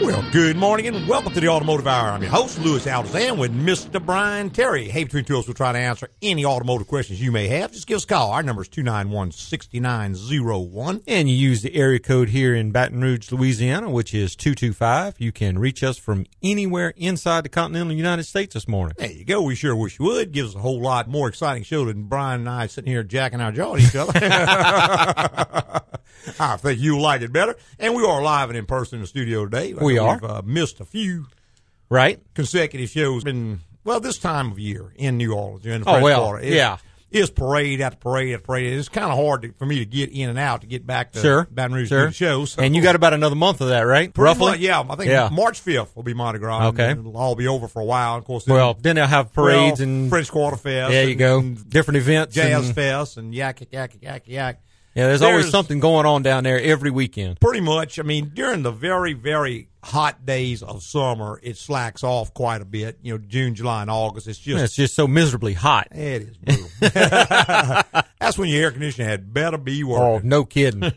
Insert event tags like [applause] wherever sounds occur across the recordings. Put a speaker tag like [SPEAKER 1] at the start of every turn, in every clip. [SPEAKER 1] Well, good morning and welcome to the Automotive Hour. I'm your host, Louis Alexander, with Mr. Brian Terry. Hey, between two of us, we'll try to answer any automotive questions you may have. Just give us a call. Our number is 291 6901.
[SPEAKER 2] And you use the area code here in Baton Rouge, Louisiana, which is 225. You can reach us from anywhere inside the continental United States this morning.
[SPEAKER 1] There you go. We sure wish you would. Gives us a whole lot more exciting show than Brian and I sitting here jacking our jaw at each
[SPEAKER 2] [laughs]
[SPEAKER 1] other. [laughs] I think you'll like it better. And we are live and in person in the studio today. I
[SPEAKER 2] We
[SPEAKER 1] know
[SPEAKER 2] are.
[SPEAKER 1] We've uh, missed a few
[SPEAKER 2] Right?
[SPEAKER 1] consecutive shows been well this time of year in New Orleans. In the
[SPEAKER 2] Oh,
[SPEAKER 1] French
[SPEAKER 2] well,
[SPEAKER 1] Quarter.
[SPEAKER 2] yeah.
[SPEAKER 1] It's parade after parade after parade. It's kind of hard to, for me to get in and out to get back to
[SPEAKER 2] Sure.
[SPEAKER 1] Baton Rouge to do
[SPEAKER 2] sure.
[SPEAKER 1] the show. So
[SPEAKER 2] And you got about another month of that, right?
[SPEAKER 1] Pretty
[SPEAKER 2] Roughly?
[SPEAKER 1] much, yeah, I think
[SPEAKER 2] Yeah.
[SPEAKER 1] March fifth will be Mardi Gras. and
[SPEAKER 2] Okay.
[SPEAKER 1] it'll all be over for a while. Of course, then-
[SPEAKER 2] Well, then they'll have parades
[SPEAKER 1] well,
[SPEAKER 2] and
[SPEAKER 1] French Quarter Fest.
[SPEAKER 2] there you
[SPEAKER 1] and
[SPEAKER 2] go, different events.
[SPEAKER 1] Jazz
[SPEAKER 2] and-
[SPEAKER 1] Fest and yak yak yak yak yak.
[SPEAKER 2] yeah, there's,
[SPEAKER 1] There's-
[SPEAKER 2] always something going on down there every weekend.
[SPEAKER 1] Pretty much, I mean, during the very very hot days of summer, it slacks off quite a bit. You know, June, July, and August. It's just
[SPEAKER 2] It's just so miserably hot.
[SPEAKER 1] It is brutal. [laughs] That's when your air conditioning had better be
[SPEAKER 2] Oh,
[SPEAKER 1] working. [laughs]
[SPEAKER 2] no kidding.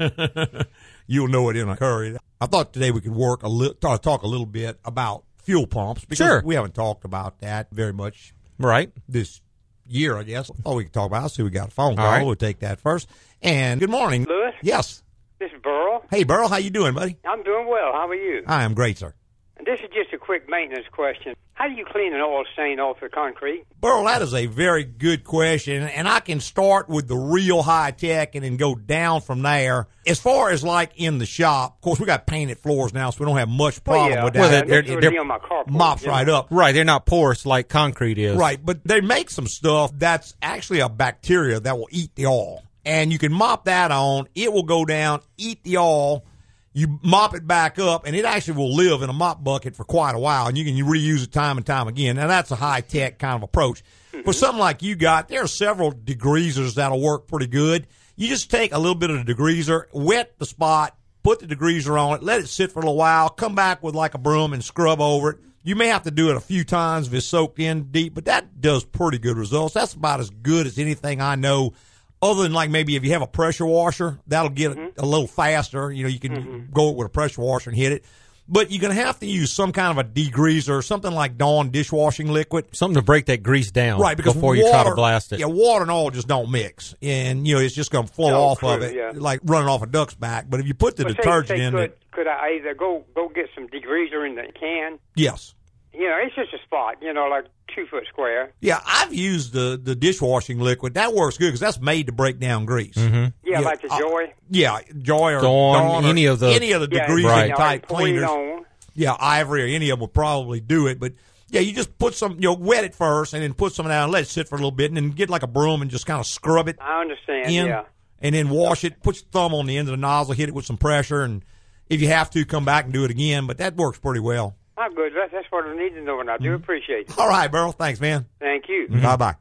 [SPEAKER 1] You'll know it in a hurry. I thought today we could work a little, talk, talk a little bit about fuel pumps because
[SPEAKER 2] Sure.
[SPEAKER 1] we haven't talked about that very much
[SPEAKER 2] right?
[SPEAKER 1] this year. I guess. Oh, we can talk about. it. I see we got a phone call.
[SPEAKER 2] All right.
[SPEAKER 1] We'll take that first. And good morning,
[SPEAKER 3] Louis?
[SPEAKER 1] Yes.
[SPEAKER 3] This is Burl.
[SPEAKER 1] Hey, Burl, how you doing, buddy?
[SPEAKER 3] I'm doing well. How are you?
[SPEAKER 1] I am great, sir.
[SPEAKER 3] This is just a quick maintenance question. How do you clean an oil stain off the concrete?
[SPEAKER 1] Burl, that is a very good question, and I can start with the real high tech and then go down from there. As far as like in the shop, of course, we got painted floors now, so we don't have much problem with that.
[SPEAKER 2] Well,
[SPEAKER 3] I- I
[SPEAKER 2] they're-
[SPEAKER 3] just would
[SPEAKER 2] they're-
[SPEAKER 3] be on my carport,
[SPEAKER 1] mops
[SPEAKER 3] you know.
[SPEAKER 1] right up.
[SPEAKER 2] Right. They're not porous like concrete is.
[SPEAKER 1] Right, but they make some stuff that's actually a bacteria that will eat the oil. And you can mop that on, it will go down, eat the oil. You mop it back up, and it actually will live in a mop bucket for quite a while, and you can reuse it time and time again. Now, that's a high tech kind of approach. For something like you got, there are several degreasers that'll work pretty good. You just take a little bit of the degreaser, wet the spot, put the degreaser on it, let it sit for a little while, come back with like a broom and scrub over it. You may have to do it a few times if it's soaked in deep, but that does pretty good results. That's about as good as anything I know, other than like maybe if you have a pressure washer, that'll get it a little faster. You know, you can go with a pressure washer and hit it. But you're going to have to use some kind of a degreaser, something like Dawn dishwashing liquid.
[SPEAKER 2] Something to break that grease down.
[SPEAKER 1] Right, because
[SPEAKER 2] before
[SPEAKER 1] water,
[SPEAKER 2] you try to blast it.
[SPEAKER 1] Yeah, water and oil just don't mix, and you know it's just going to flow
[SPEAKER 3] Oh,
[SPEAKER 1] off
[SPEAKER 3] true,
[SPEAKER 1] of it
[SPEAKER 3] yeah.
[SPEAKER 1] like running off a duck's back. But if you put the
[SPEAKER 3] Well, say-
[SPEAKER 1] detergent
[SPEAKER 3] say,
[SPEAKER 1] in,
[SPEAKER 3] could,
[SPEAKER 1] it,
[SPEAKER 3] could I either go go get some degreaser in the can?
[SPEAKER 1] yes,
[SPEAKER 3] You know, it's just a spot. You know, like two foot square.
[SPEAKER 1] yeah, I've used the the dishwashing liquid. That works good because that's made to break down grease.
[SPEAKER 3] Yeah,
[SPEAKER 1] Yeah,
[SPEAKER 3] like the
[SPEAKER 1] uh,
[SPEAKER 3] joy.
[SPEAKER 1] Yeah, Joy or
[SPEAKER 2] Mm-hmm. Dawn,
[SPEAKER 1] or
[SPEAKER 2] any of the-
[SPEAKER 1] any of the
[SPEAKER 3] Yeah,
[SPEAKER 1] degreasing
[SPEAKER 3] you
[SPEAKER 2] Right.
[SPEAKER 3] know,
[SPEAKER 1] type
[SPEAKER 3] and pour it
[SPEAKER 1] cleaners.
[SPEAKER 3] on.
[SPEAKER 1] yeah, ivory or any of them will probably do it. But yeah, you just put some, you know, wet it first and then put some down, let it sit for a little bit, and then get like a broom and just kind of scrub it
[SPEAKER 3] I understand.
[SPEAKER 1] in
[SPEAKER 3] Yeah.
[SPEAKER 1] and then wash it. Put your thumb on the end of the nozzle, hit it with some pressure, and if you have to, come back and do it again. But that works pretty well.
[SPEAKER 3] I'm good. That's, that's what I need to know, and
[SPEAKER 1] Mm-hmm.
[SPEAKER 3] I do appreciate it.
[SPEAKER 1] All right, Burl. Thanks, man.
[SPEAKER 3] Thank you.
[SPEAKER 1] Bye Mm-hmm. bye.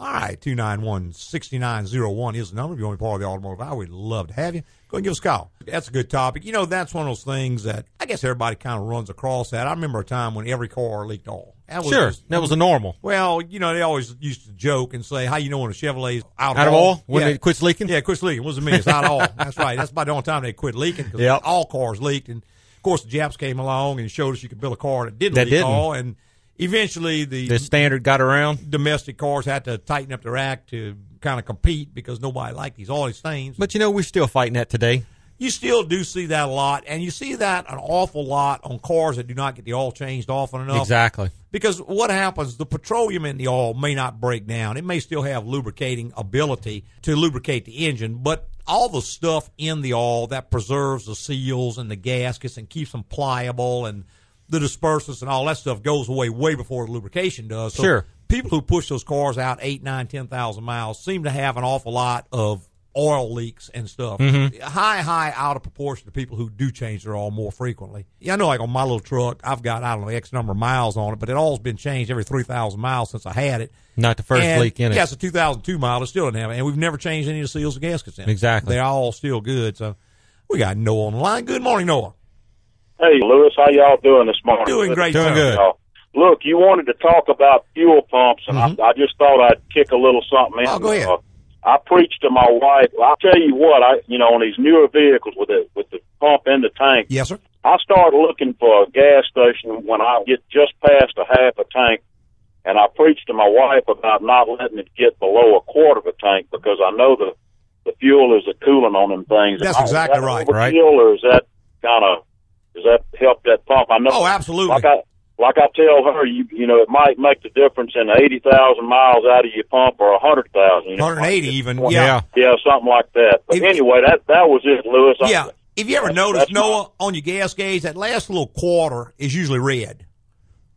[SPEAKER 1] All right, 291 6901 is the number. If you want to be part of the automotive hour, we'd love to have you. Go and give us a call. That's a good topic. You know, that's one of those things that I guess everybody kind of runs across that. I remember a time when every car leaked oil. That was
[SPEAKER 2] Sure.
[SPEAKER 1] just-
[SPEAKER 2] That was a normal.
[SPEAKER 1] well, you know, they always used to joke and say, how you know when a Chevrolet's out,
[SPEAKER 2] Out of oil? When
[SPEAKER 1] Yeah.
[SPEAKER 2] it quits leaking?
[SPEAKER 1] Yeah, it quits leaking. What does it mean? It's out of oil. That's right. That's about the only time they quit leaking because
[SPEAKER 2] Yep.
[SPEAKER 1] all cars leaked. And, of course, the Japs came along and showed us you could build a car that didn't
[SPEAKER 2] That
[SPEAKER 1] leak
[SPEAKER 2] didn't.
[SPEAKER 1] oil. And eventually the
[SPEAKER 2] The standard got around.
[SPEAKER 1] domestic cars had to tighten up their act to kind of compete because nobody liked these all these things. But
[SPEAKER 2] But you know, we're still fighting that today.
[SPEAKER 1] you still do see that a lot, and you see that an awful lot on cars that do not get the oil changed often enough.
[SPEAKER 2] Oh. Exactly.
[SPEAKER 1] Because what happens, the petroleum in the oil may not break down. It may still have lubricating ability to lubricate the engine, but all the stuff in the oil that preserves the seals and the gaskets and keeps them pliable and the dispersants and all that stuff goes away way before the lubrication does. So
[SPEAKER 2] Sure.
[SPEAKER 1] People who push those cars out eight, nine, ten thousand miles seem to have an awful lot of oil leaks and stuff.
[SPEAKER 2] Mm-hmm.
[SPEAKER 1] High, high out of proportion to people who do change their oil more frequently. Yeah, I know like on my little truck, I've got, I don't know, X number of miles on it, but it all's been changed every three thousand miles since I had it.
[SPEAKER 2] Not the first
[SPEAKER 1] And,
[SPEAKER 2] leak in it.
[SPEAKER 1] Yeah, it's a two thousand two model, it still doesn't have it. And we've never changed any of the seals and gaskets in it.
[SPEAKER 2] Exactly.
[SPEAKER 1] They're all still good. So we got Noah on the line. Good morning, Noah.
[SPEAKER 4] Hey, Lewis, how y'all doing this morning?
[SPEAKER 1] Doing great,
[SPEAKER 2] Doing
[SPEAKER 1] sir.
[SPEAKER 2] good.
[SPEAKER 4] Y'all. Look, you wanted to talk about fuel pumps, and I, I just thought I'd kick a little something in.
[SPEAKER 1] Mm-hmm. Oh, go ahead.
[SPEAKER 4] Uh, I preached to my wife. I tell you what, I you know on these newer vehicles with the with the pump in the tank,
[SPEAKER 1] Yes, sir.
[SPEAKER 4] I start looking for a gas station when I get just past a half a tank, and I preach to my wife about not letting it get below a quarter of a tank because I know the the fuel is a coolant on them things.
[SPEAKER 1] That's
[SPEAKER 4] Am I- is
[SPEAKER 1] exactly
[SPEAKER 4] that
[SPEAKER 1] right,
[SPEAKER 4] overkill,
[SPEAKER 2] right.
[SPEAKER 4] Or is that kind of does that help that pump? I know.
[SPEAKER 1] Oh, absolutely.
[SPEAKER 4] Like I like I tell her, you you know, it might make the difference in eighty thousand miles out of your pump or a hundred thousand. You know,
[SPEAKER 1] 180
[SPEAKER 4] like-
[SPEAKER 1] even.
[SPEAKER 4] Yeah.
[SPEAKER 1] Yeah.
[SPEAKER 2] Yeah.
[SPEAKER 4] Yeah, something like that. But
[SPEAKER 1] If-
[SPEAKER 4] anyway, that that was it, Lewis. I-
[SPEAKER 1] Yeah. If you ever
[SPEAKER 4] That's-
[SPEAKER 1] notice,
[SPEAKER 4] that's my-
[SPEAKER 1] Noah, on your gas gauge, that last little quarter is usually red.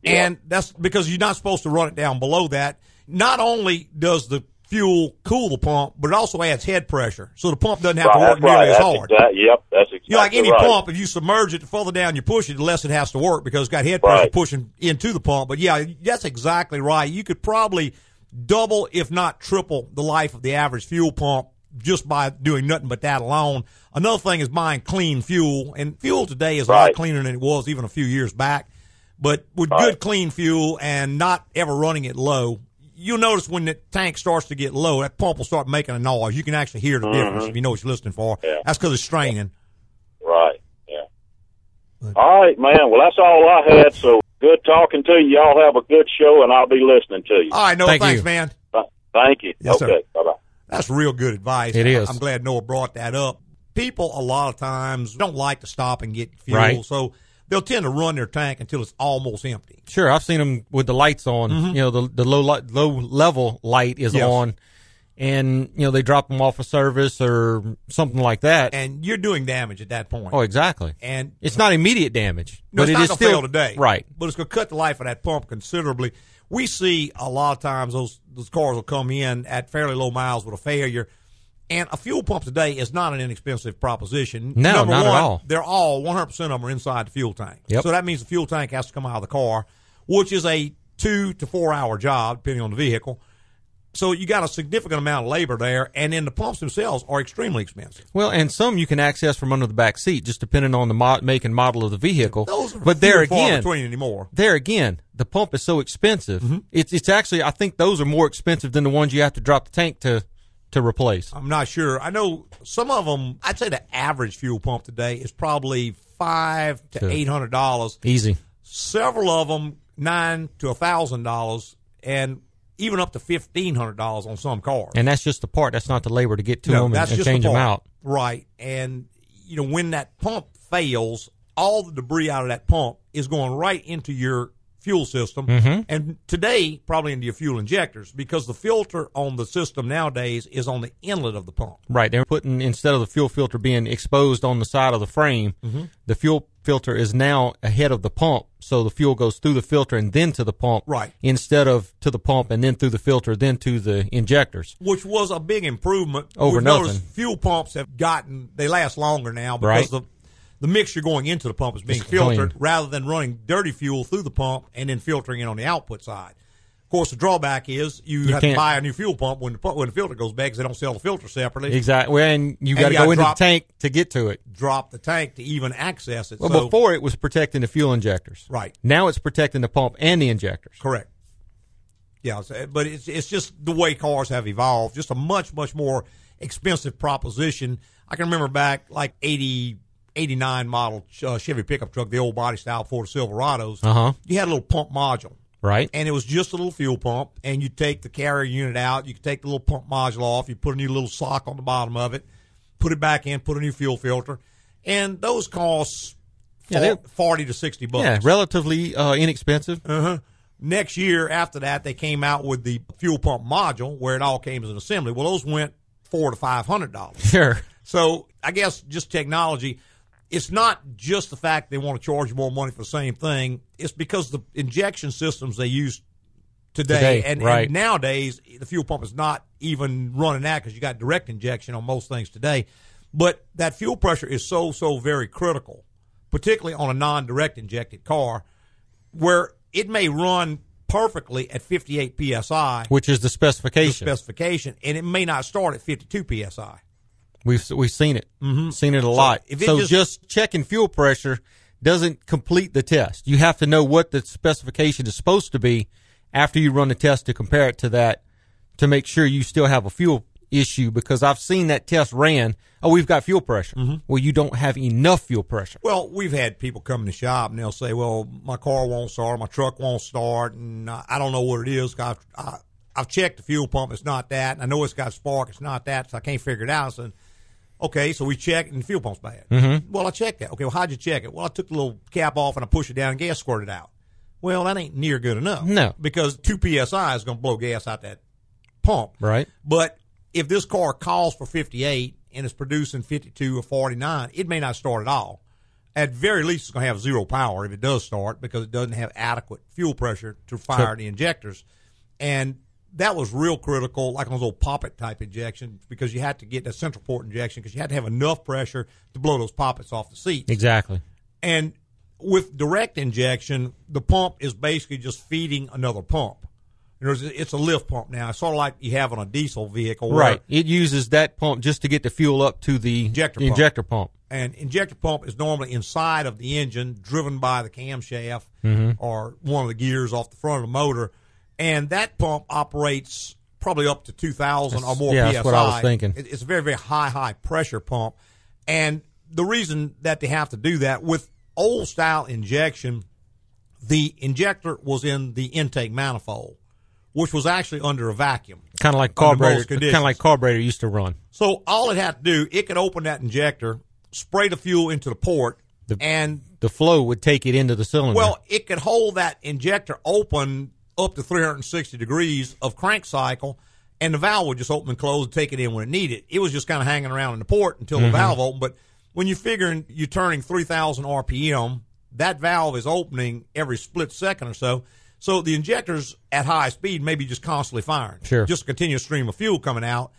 [SPEAKER 4] Yeah.
[SPEAKER 1] And that's because you're not supposed to run it down below that. Not only does the fuel cool the pump, but it also adds head pressure. So the pump doesn't have
[SPEAKER 4] Right,
[SPEAKER 1] to work
[SPEAKER 4] that's
[SPEAKER 1] nearly
[SPEAKER 4] right.
[SPEAKER 1] as
[SPEAKER 4] That's
[SPEAKER 1] hard.
[SPEAKER 4] exact- yep, that's exactly
[SPEAKER 1] You know, like any
[SPEAKER 4] right.
[SPEAKER 1] pump, if you submerge it the further down you push it, the less it has to work because it's got head pressure
[SPEAKER 4] Right.
[SPEAKER 1] pushing into the pump. But yeah, that's exactly right. You could probably double, if not triple, the life of the average fuel pump just by doing nothing but that alone. Another thing is buying clean fuel, and fuel today is a lot
[SPEAKER 4] Right.
[SPEAKER 1] cleaner than it was even a few years back. But with
[SPEAKER 4] Right.
[SPEAKER 1] good clean fuel and not ever running it low, you'll notice when the tank starts to get low, that pump will start making a noise. You can actually hear the difference if you know what you're listening for.
[SPEAKER 4] Mm-hmm. Yeah.
[SPEAKER 1] That's because it's straining.
[SPEAKER 4] Right. Yeah. All right, man. Well, that's all I had. So good talking to you. Y'all have a good show, and I'll be listening to you.
[SPEAKER 1] All right, Noah,
[SPEAKER 2] Thank
[SPEAKER 1] thanks,
[SPEAKER 2] you.
[SPEAKER 1] man.
[SPEAKER 4] Th- Thank you.
[SPEAKER 1] Uh, Yes, sir.
[SPEAKER 4] okay. Bye bye.
[SPEAKER 1] That's real good advice.
[SPEAKER 2] It is.
[SPEAKER 1] I'm glad Noah brought that up. People a lot of times don't like to stop and get fuel,
[SPEAKER 2] Right.
[SPEAKER 1] so they'll tend to run their tank until it's almost empty.
[SPEAKER 2] Sure, I've seen them with the lights on. You know, the the low light, low level light is
[SPEAKER 1] Mm-hmm. Yes.
[SPEAKER 2] on, and you know they drop them off a service or something like that.
[SPEAKER 1] And you're doing damage at that point.
[SPEAKER 2] oh, exactly.
[SPEAKER 1] And
[SPEAKER 2] It's not immediate damage,
[SPEAKER 1] No,
[SPEAKER 2] but
[SPEAKER 1] it's
[SPEAKER 2] it
[SPEAKER 1] not
[SPEAKER 2] is
[SPEAKER 1] gonna
[SPEAKER 2] still
[SPEAKER 1] fail today,
[SPEAKER 2] Right.
[SPEAKER 1] But it's going to cut the life of that pump considerably. We see a lot of times those those cars will come in at fairly low miles with a failure, and a fuel pump today is not an inexpensive proposition.
[SPEAKER 2] No,
[SPEAKER 1] Number
[SPEAKER 2] not at
[SPEAKER 1] one,
[SPEAKER 2] all.
[SPEAKER 1] They're all 100 percent of them are inside the fuel tank.
[SPEAKER 2] Yep.
[SPEAKER 1] So that means the fuel tank has to come out of the car, which is a two to four hour job depending on the vehicle. So you got a significant amount of labor there, and then the pumps themselves are extremely expensive.
[SPEAKER 2] Well, and some you can access from under the back seat, just depending on the mod, make and model of the vehicle.
[SPEAKER 1] Those are
[SPEAKER 2] but
[SPEAKER 1] few
[SPEAKER 2] there
[SPEAKER 1] and far
[SPEAKER 2] again,
[SPEAKER 1] between anymore.
[SPEAKER 2] there again, the pump is so expensive.
[SPEAKER 1] Mm-hmm.
[SPEAKER 2] It's it's actually I think those are more expensive than the ones you have to drop the tank to to replace.
[SPEAKER 1] I'm not sure. I know some of them. I'd say the average fuel pump today is probably five to
[SPEAKER 2] Sure.
[SPEAKER 1] eight hundred dollars.
[SPEAKER 2] Easy.
[SPEAKER 1] Several of them nine to a thousand dollars, and even up to fifteen hundred dollars on some cars.
[SPEAKER 2] And that's just the part. That's not the labor to get to them and, and
[SPEAKER 1] the
[SPEAKER 2] change them
[SPEAKER 1] part.
[SPEAKER 2] out.
[SPEAKER 1] Right, and you know when that pump fails, all the debris out of that pump is going right into your fuel system,
[SPEAKER 2] Mm-hmm.
[SPEAKER 1] and today probably into your fuel injectors because the filter on the system nowadays is on the inlet of the pump.
[SPEAKER 2] Right. They're putting instead of the fuel filter being exposed on the side of the frame,
[SPEAKER 1] Mm-hmm.
[SPEAKER 2] the fuel filter is now ahead of the pump, so the fuel goes through the filter and then to the pump.
[SPEAKER 1] Right.
[SPEAKER 2] Instead of to the pump and then through the filter, then to the injectors.
[SPEAKER 1] which was a big improvement.
[SPEAKER 2] Over
[SPEAKER 1] We've noticed
[SPEAKER 2] nothing.
[SPEAKER 1] fuel pumps have gotten they last longer now because
[SPEAKER 2] Right.
[SPEAKER 1] the the mixture going into the pump is being
[SPEAKER 2] It's clean.
[SPEAKER 1] filtered rather than running dirty fuel through the pump and then filtering it on the output side. Of course, the drawback is you, have to
[SPEAKER 2] can't-
[SPEAKER 1] buy a new fuel pump when the pump, when the filter goes bad because they don't sell the filter separately.
[SPEAKER 2] Exactly. Well, and you got to
[SPEAKER 1] you
[SPEAKER 2] go
[SPEAKER 1] gotta
[SPEAKER 2] into
[SPEAKER 1] drop-
[SPEAKER 2] the tank to get to it.
[SPEAKER 1] Drop the tank to even access it.
[SPEAKER 2] Well,
[SPEAKER 1] so,
[SPEAKER 2] before it was protecting the fuel injectors.
[SPEAKER 1] Right.
[SPEAKER 2] Now it's protecting the pump and the injectors.
[SPEAKER 1] Correct. Yeah, so- but it's it's just the way cars have evolved. Just a much much more expensive proposition. I can remember back like 80, 89 model uh, Chevy pickup truck, the old body style Ford Silverados.
[SPEAKER 2] Uh-huh.
[SPEAKER 1] You had a little pump module,
[SPEAKER 2] Right.
[SPEAKER 1] and it was just a little fuel pump. And you take the carrier unit out, you could take the little pump module off, you put a new little sock on the bottom of it, put it back in, put a new fuel filter, and those costs
[SPEAKER 2] Yeah,
[SPEAKER 1] fo-
[SPEAKER 2] they're-
[SPEAKER 1] forty to sixty bucks.
[SPEAKER 2] yeah. Relatively uh, inexpensive.
[SPEAKER 1] Next year, after that, they came out with the fuel pump module where it all came as an assembly. Well, those went four to five hundred dollars.
[SPEAKER 2] Sure.
[SPEAKER 1] So I guess just technology. It's not just the fact they want to charge you more money for the same thing. It's because the injection systems they use today,
[SPEAKER 2] Today,
[SPEAKER 1] and,
[SPEAKER 2] right.
[SPEAKER 1] and nowadays the fuel pump is not even running that because you got direct injection on most things today. But that fuel pressure is so so very critical, particularly on a non-direct injected car, where it may run perfectly at 58 psi
[SPEAKER 2] Which is the specification.
[SPEAKER 1] specification, and it may not start at 52 psi.
[SPEAKER 2] We've we've seen it, mm-hmm. seen it a lot.
[SPEAKER 1] if it
[SPEAKER 2] so
[SPEAKER 1] just-
[SPEAKER 2] just, checking fuel pressure doesn't complete the test. You have to know what the specification is supposed to be after you run the test to compare it to that to make sure you still have a fuel issue because I've seen that test ran. Oh, we've got fuel pressure. Well, you don't have enough fuel pressure.
[SPEAKER 1] Well, we've had people come in the shop and they'll say, "Well, my car won't start, my truck won't start, and I I don't know what it is. 'cause I, I, I've checked the fuel pump; it's not that. And I know it's got spark; it's not that. So I can't figure it out." So, okay, so we check and the fuel pump's bad.
[SPEAKER 2] Mm-hmm.
[SPEAKER 1] Well, I checked that. Okay, well, how'd you check it? Well, I took the little cap off and I pushed it down and gas squirted out. Well, that ain't near good enough.
[SPEAKER 2] No.
[SPEAKER 1] because two psi is going to blow gas out that pump.
[SPEAKER 2] Right.
[SPEAKER 1] But if this car calls for 58 and is producing 52 or 49, it may not start at all. At very least, it's going to have zero power if it does start because it doesn't have adequate fuel pressure to fire the injectors. And that was real critical, like on those old poppet type injections, because you had to get that central port injection because you had to have enough pressure to blow those poppets off the seats.
[SPEAKER 2] Exactly.
[SPEAKER 1] And with direct injection, the pump is basically just feeding another pump. And there's- It's a lift pump now. It's sort of like you have on a diesel vehicle. where-
[SPEAKER 2] Right. It uses that pump just to get the fuel up to the
[SPEAKER 1] Injector
[SPEAKER 2] the
[SPEAKER 1] pump.
[SPEAKER 2] injector pump.
[SPEAKER 1] An injector pump is normally inside of the engine, driven by the camshaft
[SPEAKER 2] Mm-hmm.
[SPEAKER 1] or one of the gears off the front of the motor. And that pump operates probably up to 2,000 or
[SPEAKER 2] That's-
[SPEAKER 1] more
[SPEAKER 2] yeah,
[SPEAKER 1] psi.
[SPEAKER 2] that's what I was thinking.
[SPEAKER 1] It- It's a very, very high, high pressure pump. And the reason that they have to do that with old style injection, the injector was in the intake manifold, which was actually under a vacuum.
[SPEAKER 2] Kind of like
[SPEAKER 1] Under most
[SPEAKER 2] carburetor. Kind
[SPEAKER 1] conditions.
[SPEAKER 2] of like carburetor used to run.
[SPEAKER 1] So all it had to do, it could open that injector, spray the fuel into the port,
[SPEAKER 2] The-
[SPEAKER 1] and
[SPEAKER 2] The flow would take it into the cylinder.
[SPEAKER 1] well, it could hold that injector open up to 360 degrees of crank cycle, and the valve would just open and close and take it in when it needed. It was just kind of hanging around in the port until the valve opened. But when you're figuring you're turning 3,000 RPM, that valve is opening every split second or so. So the injectors at high speed may be just constantly firing.
[SPEAKER 2] Sure.
[SPEAKER 1] Just a continuous stream of fuel coming out.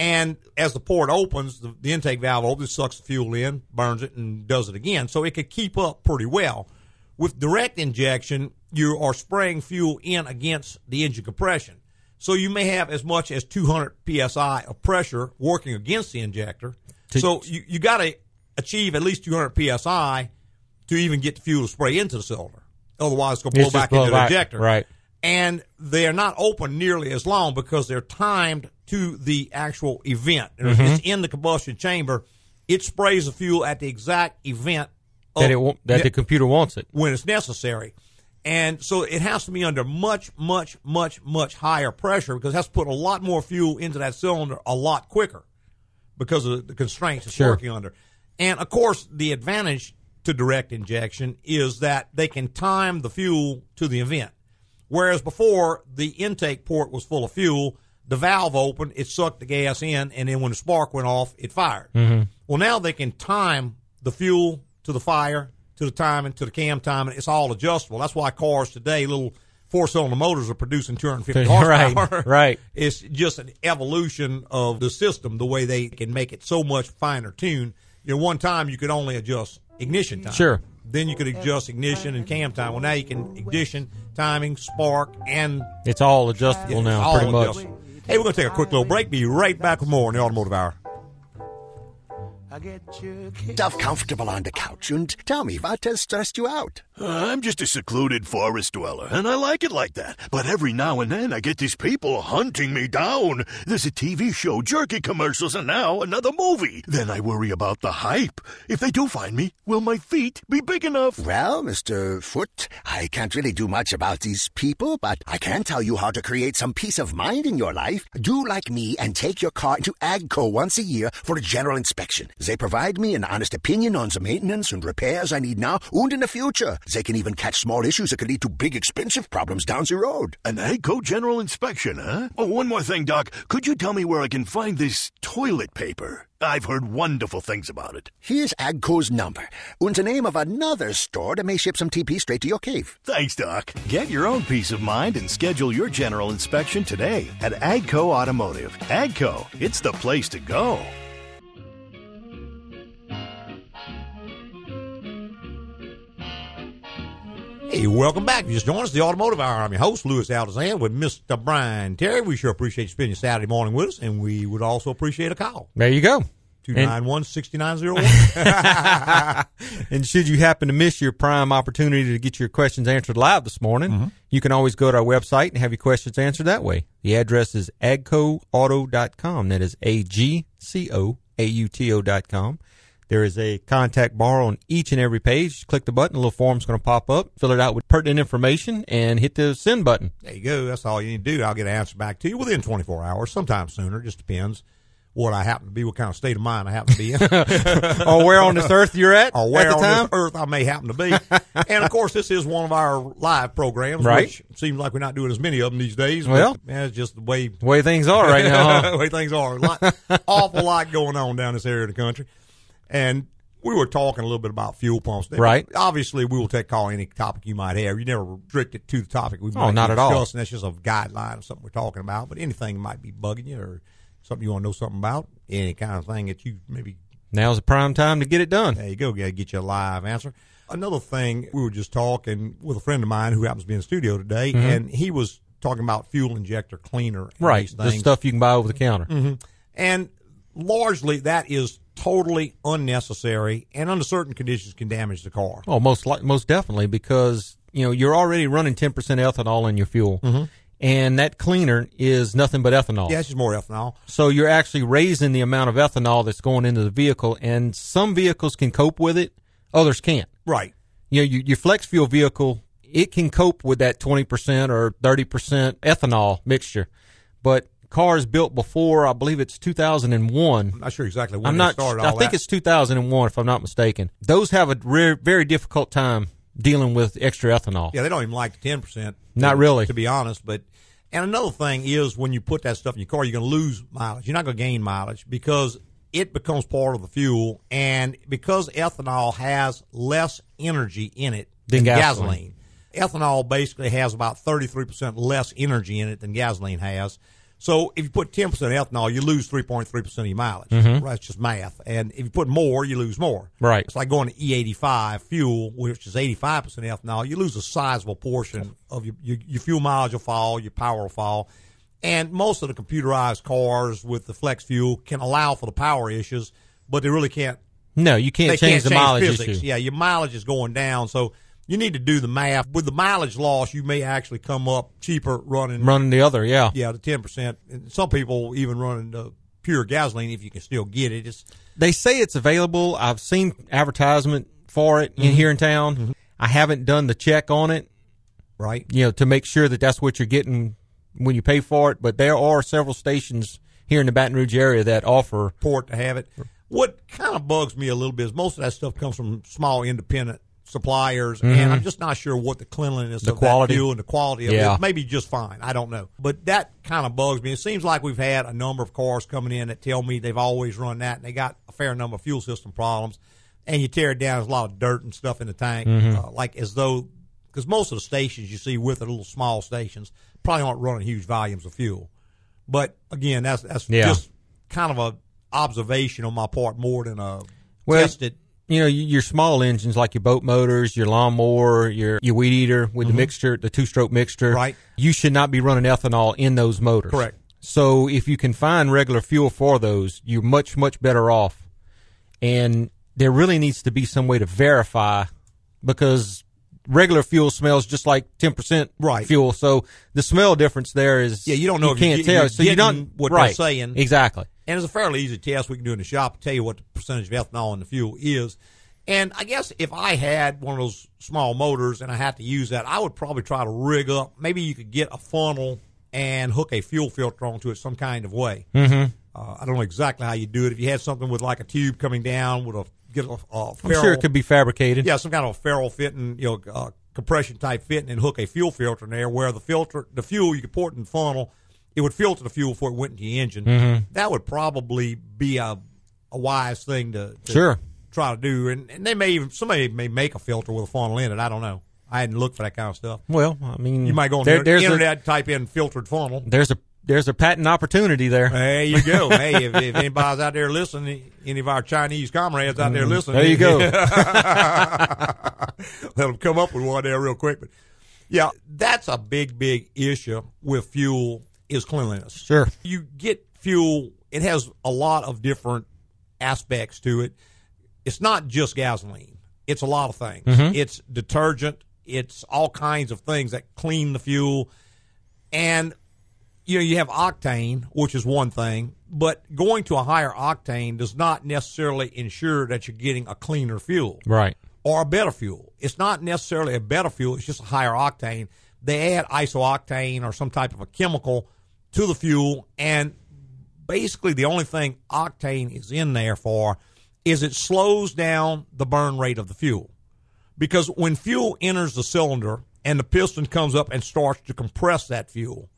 [SPEAKER 1] And as the port opens, the, the intake valve opens, sucks the fuel in, burns it, and does it again. So it could keep up pretty well. With direct injection, you are spraying fuel in against the engine compression. So you may have as much as 200 psi of pressure working against the injector. so you, you got to achieve at least 200 psi to even get the fuel to spray into the cylinder. Otherwise, it's going to blow
[SPEAKER 2] It's just
[SPEAKER 1] back
[SPEAKER 2] blow
[SPEAKER 1] into the
[SPEAKER 2] back,
[SPEAKER 1] injector
[SPEAKER 2] right.
[SPEAKER 1] and they're not open nearly as long because they're timed to the actual event. It's
[SPEAKER 2] Mm-hmm.
[SPEAKER 1] in the combustion chamber. It sprays the fuel at the exact event of-
[SPEAKER 2] that it wa- that the computer wants it.
[SPEAKER 1] when it's necessary. And so it has to be under much, much, much, much higher pressure because it has to put a lot more fuel into that cylinder a lot quicker because of the constraints it's
[SPEAKER 2] Sure.
[SPEAKER 1] working under. And of course, the advantage to direct injection is that they can time the fuel to the event. Whereas before, the intake port was full of fuel, the valve opened, it sucked the gas in, and then when the spark went off, it fired.
[SPEAKER 2] Mm-hmm.
[SPEAKER 1] Well, now they can time the fuel to the fire, to the timing, to the cam timing. It's all adjustable. That's why cars today, little four cylinder motors, are producing 250
[SPEAKER 2] [laughs] Right,
[SPEAKER 1] horsepower.
[SPEAKER 2] right.
[SPEAKER 1] It's just an evolution of the system, the way they can make it so much finer tuned. You know, one time you could only adjust ignition time.
[SPEAKER 2] Sure.
[SPEAKER 1] Then you could adjust ignition and cam time. Well, now you can ignition, timing, spark, and
[SPEAKER 2] It's all adjustable
[SPEAKER 1] it's
[SPEAKER 2] now,
[SPEAKER 1] all
[SPEAKER 2] pretty much.
[SPEAKER 1] adjustable. Hey, we're going to take a quick little break. Be right back with more on the Automotive Hour.
[SPEAKER 5] I get you.
[SPEAKER 6] Stuff comfortable on the couch and tell me what has stressed you out.
[SPEAKER 7] I'm just a secluded forest dweller, and I like it like that. But every now and then I get these people hunting me down. There's a TV show, jerky commercials, and now another movie. Then I worry about the hype. If they do find me, will my feet be big enough?
[SPEAKER 6] Well, Mr. Foot, I can't really do much about these people, but I can tell you how to create some peace of mind in your life. Do like me and take your car into AGCO once a year for a general inspection. They provide me an honest opinion on the maintenance and repairs I need now and in the future. They can even catch small issues that could lead to big expensive problems down the road.
[SPEAKER 7] An AGCO general inspection, huh? Oh, one more thing, Doc. Could you tell me where I can find this toilet paper? I've heard wonderful things about it.
[SPEAKER 6] Here's AGCO's number and the name of another store that may ship some TP straight to your cave.
[SPEAKER 7] Thanks, Doc. Get your own peace of mind and schedule your general inspection today at Agco Automotive. Agco, it's the place to go.
[SPEAKER 1] Hey, welcome back. If you just joined us, the Automotive Hour. I'm your host, Louis Aldezan, with Mr. Brian Terry. We sure appreciate you spending your Saturday morning with us, and we would also appreciate a call.
[SPEAKER 2] There you go.
[SPEAKER 1] 291 6901.
[SPEAKER 2] [laughs] And should you happen to miss your prime opportunity to get your questions answered live this morning,
[SPEAKER 1] Mm-hmm.
[SPEAKER 2] you can always go to our website and have your questions answered that way. The address is agcoauto.com. That is A G C O A U T O dot com. There is a contact bar on each and every page. Just click the button, a little form's going to pop up. Fill it out with pertinent information and hit the send
[SPEAKER 1] [laughs]
[SPEAKER 2] button.
[SPEAKER 1] There you go. That's all you need to do. I'll get an answer back to you within 24 hours, sometimes sooner. Just depends what I happen to be, what kind of state of mind I happen to be
[SPEAKER 2] [laughs]
[SPEAKER 1] in.
[SPEAKER 2] or Oh, where on this earth you're at
[SPEAKER 1] or Oh, where
[SPEAKER 2] at the
[SPEAKER 1] on
[SPEAKER 2] time.
[SPEAKER 1] this earth I may happen to
[SPEAKER 2] [laughs]
[SPEAKER 1] be. and of course, this is one of our live programs,
[SPEAKER 2] Right.
[SPEAKER 1] which seems like we're not doing as many of them these days. but,
[SPEAKER 2] Well.
[SPEAKER 1] man, it's just the way
[SPEAKER 2] The way things are [laughs] right now.
[SPEAKER 1] [laughs]
[SPEAKER 2] huh?
[SPEAKER 1] the way things are. A lot, awful lot going on down this area of the country. And we were talking a little bit about fuel pumps.
[SPEAKER 2] Right.
[SPEAKER 1] Obviously, we will take call any topic you might have. You never restrict it to the topic we
[SPEAKER 2] Oh,
[SPEAKER 1] might be
[SPEAKER 2] not at all.
[SPEAKER 1] discussing. That's just a guideline of something we're talking about. But anything might be bugging you or something you want to know something about, any kind of thing that you maybe
[SPEAKER 2] Now's the prime time to get it done.
[SPEAKER 1] there you go. Gotta get you a live answer. Another thing, we were just talking with a friend of mine who happens to be in the studio today, and he was talking about fuel injector cleaner. And
[SPEAKER 2] Mm-hmm. Right.
[SPEAKER 1] These
[SPEAKER 2] The
[SPEAKER 1] things.
[SPEAKER 2] stuff you can buy over the counter.
[SPEAKER 1] And largely that is totally unnecessary and under certain conditions can damage the car.
[SPEAKER 2] Well, Oh, most li- most definitely because you know you're already running ten percent ethanol in your fuel, and that cleaner is nothing but ethanol.
[SPEAKER 1] Yeah, it's just more ethanol.
[SPEAKER 2] So you're actually raising the amount of ethanol that's going into the vehicle, and some vehicles can cope with it, others can't.
[SPEAKER 1] Right.
[SPEAKER 2] You know, your, your flex fuel vehicle it can cope with that twenty percent or thirty percent ethanol mixture, but cars built before I believe it's two thousand and one.
[SPEAKER 1] I'm not sure exactly when
[SPEAKER 2] I'm
[SPEAKER 1] they
[SPEAKER 2] not.
[SPEAKER 1] started
[SPEAKER 2] I
[SPEAKER 1] all
[SPEAKER 2] think
[SPEAKER 1] that.
[SPEAKER 2] it's 2001, if I'm not mistaken. Those have a rare, very difficult time dealing with extra ethanol.
[SPEAKER 1] yeah, they don't even like the ten percent.
[SPEAKER 2] Not really.
[SPEAKER 1] to be honest. But and another thing is when you put that stuff in your car, you're going to lose mileage. You're not going to gain mileage because it becomes part of the fuel, and because ethanol has less energy in it
[SPEAKER 2] Than
[SPEAKER 1] than,
[SPEAKER 2] gasoline.
[SPEAKER 1] gasoline. Ethanol basically has about 33% less energy in it than gasoline has. So if you put 10% ethanol, you lose 3.3% of your mileage. Right? It's just math. And if you put more, you lose more.
[SPEAKER 2] Right.
[SPEAKER 1] It's like going to E85 fuel, which is 85% ethanol. You lose a sizable portion of your, your, your fuel mileage will fall, your power will fall. And most of the computerized cars with the flex fuel can allow for the power issues, but they really can't
[SPEAKER 2] No, you can't
[SPEAKER 1] they can't
[SPEAKER 2] change the
[SPEAKER 1] change
[SPEAKER 2] mileage
[SPEAKER 1] physics.
[SPEAKER 2] issue.
[SPEAKER 1] Yeah, your mileage is going down, so you need to do the math. With the mileage loss, you may actually come up cheaper running.
[SPEAKER 2] Running the other, yeah.
[SPEAKER 1] Yeah, the ten percent. Some people even running the pure gasoline if you can still get it. It's
[SPEAKER 2] They say it's available. I've seen advertisement for it
[SPEAKER 1] Mm-hmm.
[SPEAKER 2] in here in town. I haven't done the check on it,
[SPEAKER 1] right.
[SPEAKER 2] you know, to make sure that that's what you're getting when you pay for it. But there are several stations here in the Baton Rouge area that offer.
[SPEAKER 1] Port to have it. What kind of bugs me a little bit is most of that stuff comes from small independent suppliers, and I'm just not sure what the cleanliness
[SPEAKER 2] Mm-hmm. The
[SPEAKER 1] of
[SPEAKER 2] quality.
[SPEAKER 1] that fuel and the quality of
[SPEAKER 2] Yeah.
[SPEAKER 1] it. Maybe just fine. I don't know, but that kind of bugs me. It seems like we've had a number of cars coming in that tell me they've always run that, and they got a fair number of fuel system problems. And you tear it down, there's a lot of dirt and stuff in the tank,
[SPEAKER 2] Mm-hmm.
[SPEAKER 1] uh, like as though because most of the stations you see with the little small stations probably aren't running huge volumes of fuel. But again, that's that's
[SPEAKER 2] Yeah.
[SPEAKER 1] just kind of a observation on my part more than a
[SPEAKER 2] Well,
[SPEAKER 1] tested.
[SPEAKER 2] you know, y- your small engines like your boat motors, your lawnmower, your, your weed eater with the mixture, the two stroke mixture.
[SPEAKER 1] Mm-hmm. Right.
[SPEAKER 2] You should not be running ethanol in those motors.
[SPEAKER 1] Correct.
[SPEAKER 2] So if you can find regular fuel for those, you're much, much better off. And there really needs to be some way to verify because regular fuel smells just like 10%
[SPEAKER 1] Right.
[SPEAKER 2] fuel. So the smell difference there is.
[SPEAKER 1] Yeah, you don't know if you're
[SPEAKER 2] can't
[SPEAKER 1] get-
[SPEAKER 2] tell.
[SPEAKER 1] you're
[SPEAKER 2] so you
[SPEAKER 1] getting
[SPEAKER 2] don't.
[SPEAKER 1] what they're
[SPEAKER 2] right.
[SPEAKER 1] saying.
[SPEAKER 2] Exactly.
[SPEAKER 1] And it's a fairly easy test we can do in the shop to tell you what the percentage of ethanol in the fuel is. And I guess if I had one of those small motors and I had to use that, I would probably try to rig up. Maybe you could get a funnel and hook a fuel filter onto it some kind of way. Mm-hmm. Uh, I don't know exactly how you do it. If you had something with like a tube coming down with a get a, a
[SPEAKER 2] I'm sure it
[SPEAKER 1] ferrule-
[SPEAKER 2] could be fabricated.
[SPEAKER 1] yeah, some kind of a ferrule fitting, you know, uh, compression type fitting, and hook a fuel filter in there where the filter, the fuel you could pour it in the funnel, it would filter the fuel before it went into the engine.
[SPEAKER 2] Mm-hmm.
[SPEAKER 1] That would probably be a, a wise thing to, to
[SPEAKER 2] Sure.
[SPEAKER 1] try to do. And, and they may even somebody may make a filter with a funnel in it. I don't know. I hadn't looked for that kind of stuff.
[SPEAKER 2] Well, I mean,
[SPEAKER 1] You might go on
[SPEAKER 2] there-
[SPEAKER 1] the
[SPEAKER 2] there's a-
[SPEAKER 1] internet, type in filtered funnel.
[SPEAKER 2] there's a there's a patent opportunity there.
[SPEAKER 1] There you go. hey, if, if anybody's out there listening, any of our Chinese comrades out there listening,
[SPEAKER 2] Mm-hmm. There you go.
[SPEAKER 1] [laughs] let them come up with one there real quick. But yeah, that's a big, big issue with fuel is cleanliness.
[SPEAKER 2] Sure.
[SPEAKER 1] You get fuel; it has a lot of different aspects to it. It's not just gasoline. It's a lot of things. It's detergent. It's all kinds of things that clean the fuel. And you know, you have octane, which is one thing, but going to a higher octane does not necessarily ensure that you're getting a cleaner fuel
[SPEAKER 2] Right.
[SPEAKER 1] or a better fuel. It's not necessarily a better fuel, it's just a higher octane. They add isooctane or some type of a chemical to the fuel, and basically the only thing octane is in there for is it slows down the burn rate of the fuel. Because when fuel enters the cylinder and the piston comes up and starts to compress that fuel,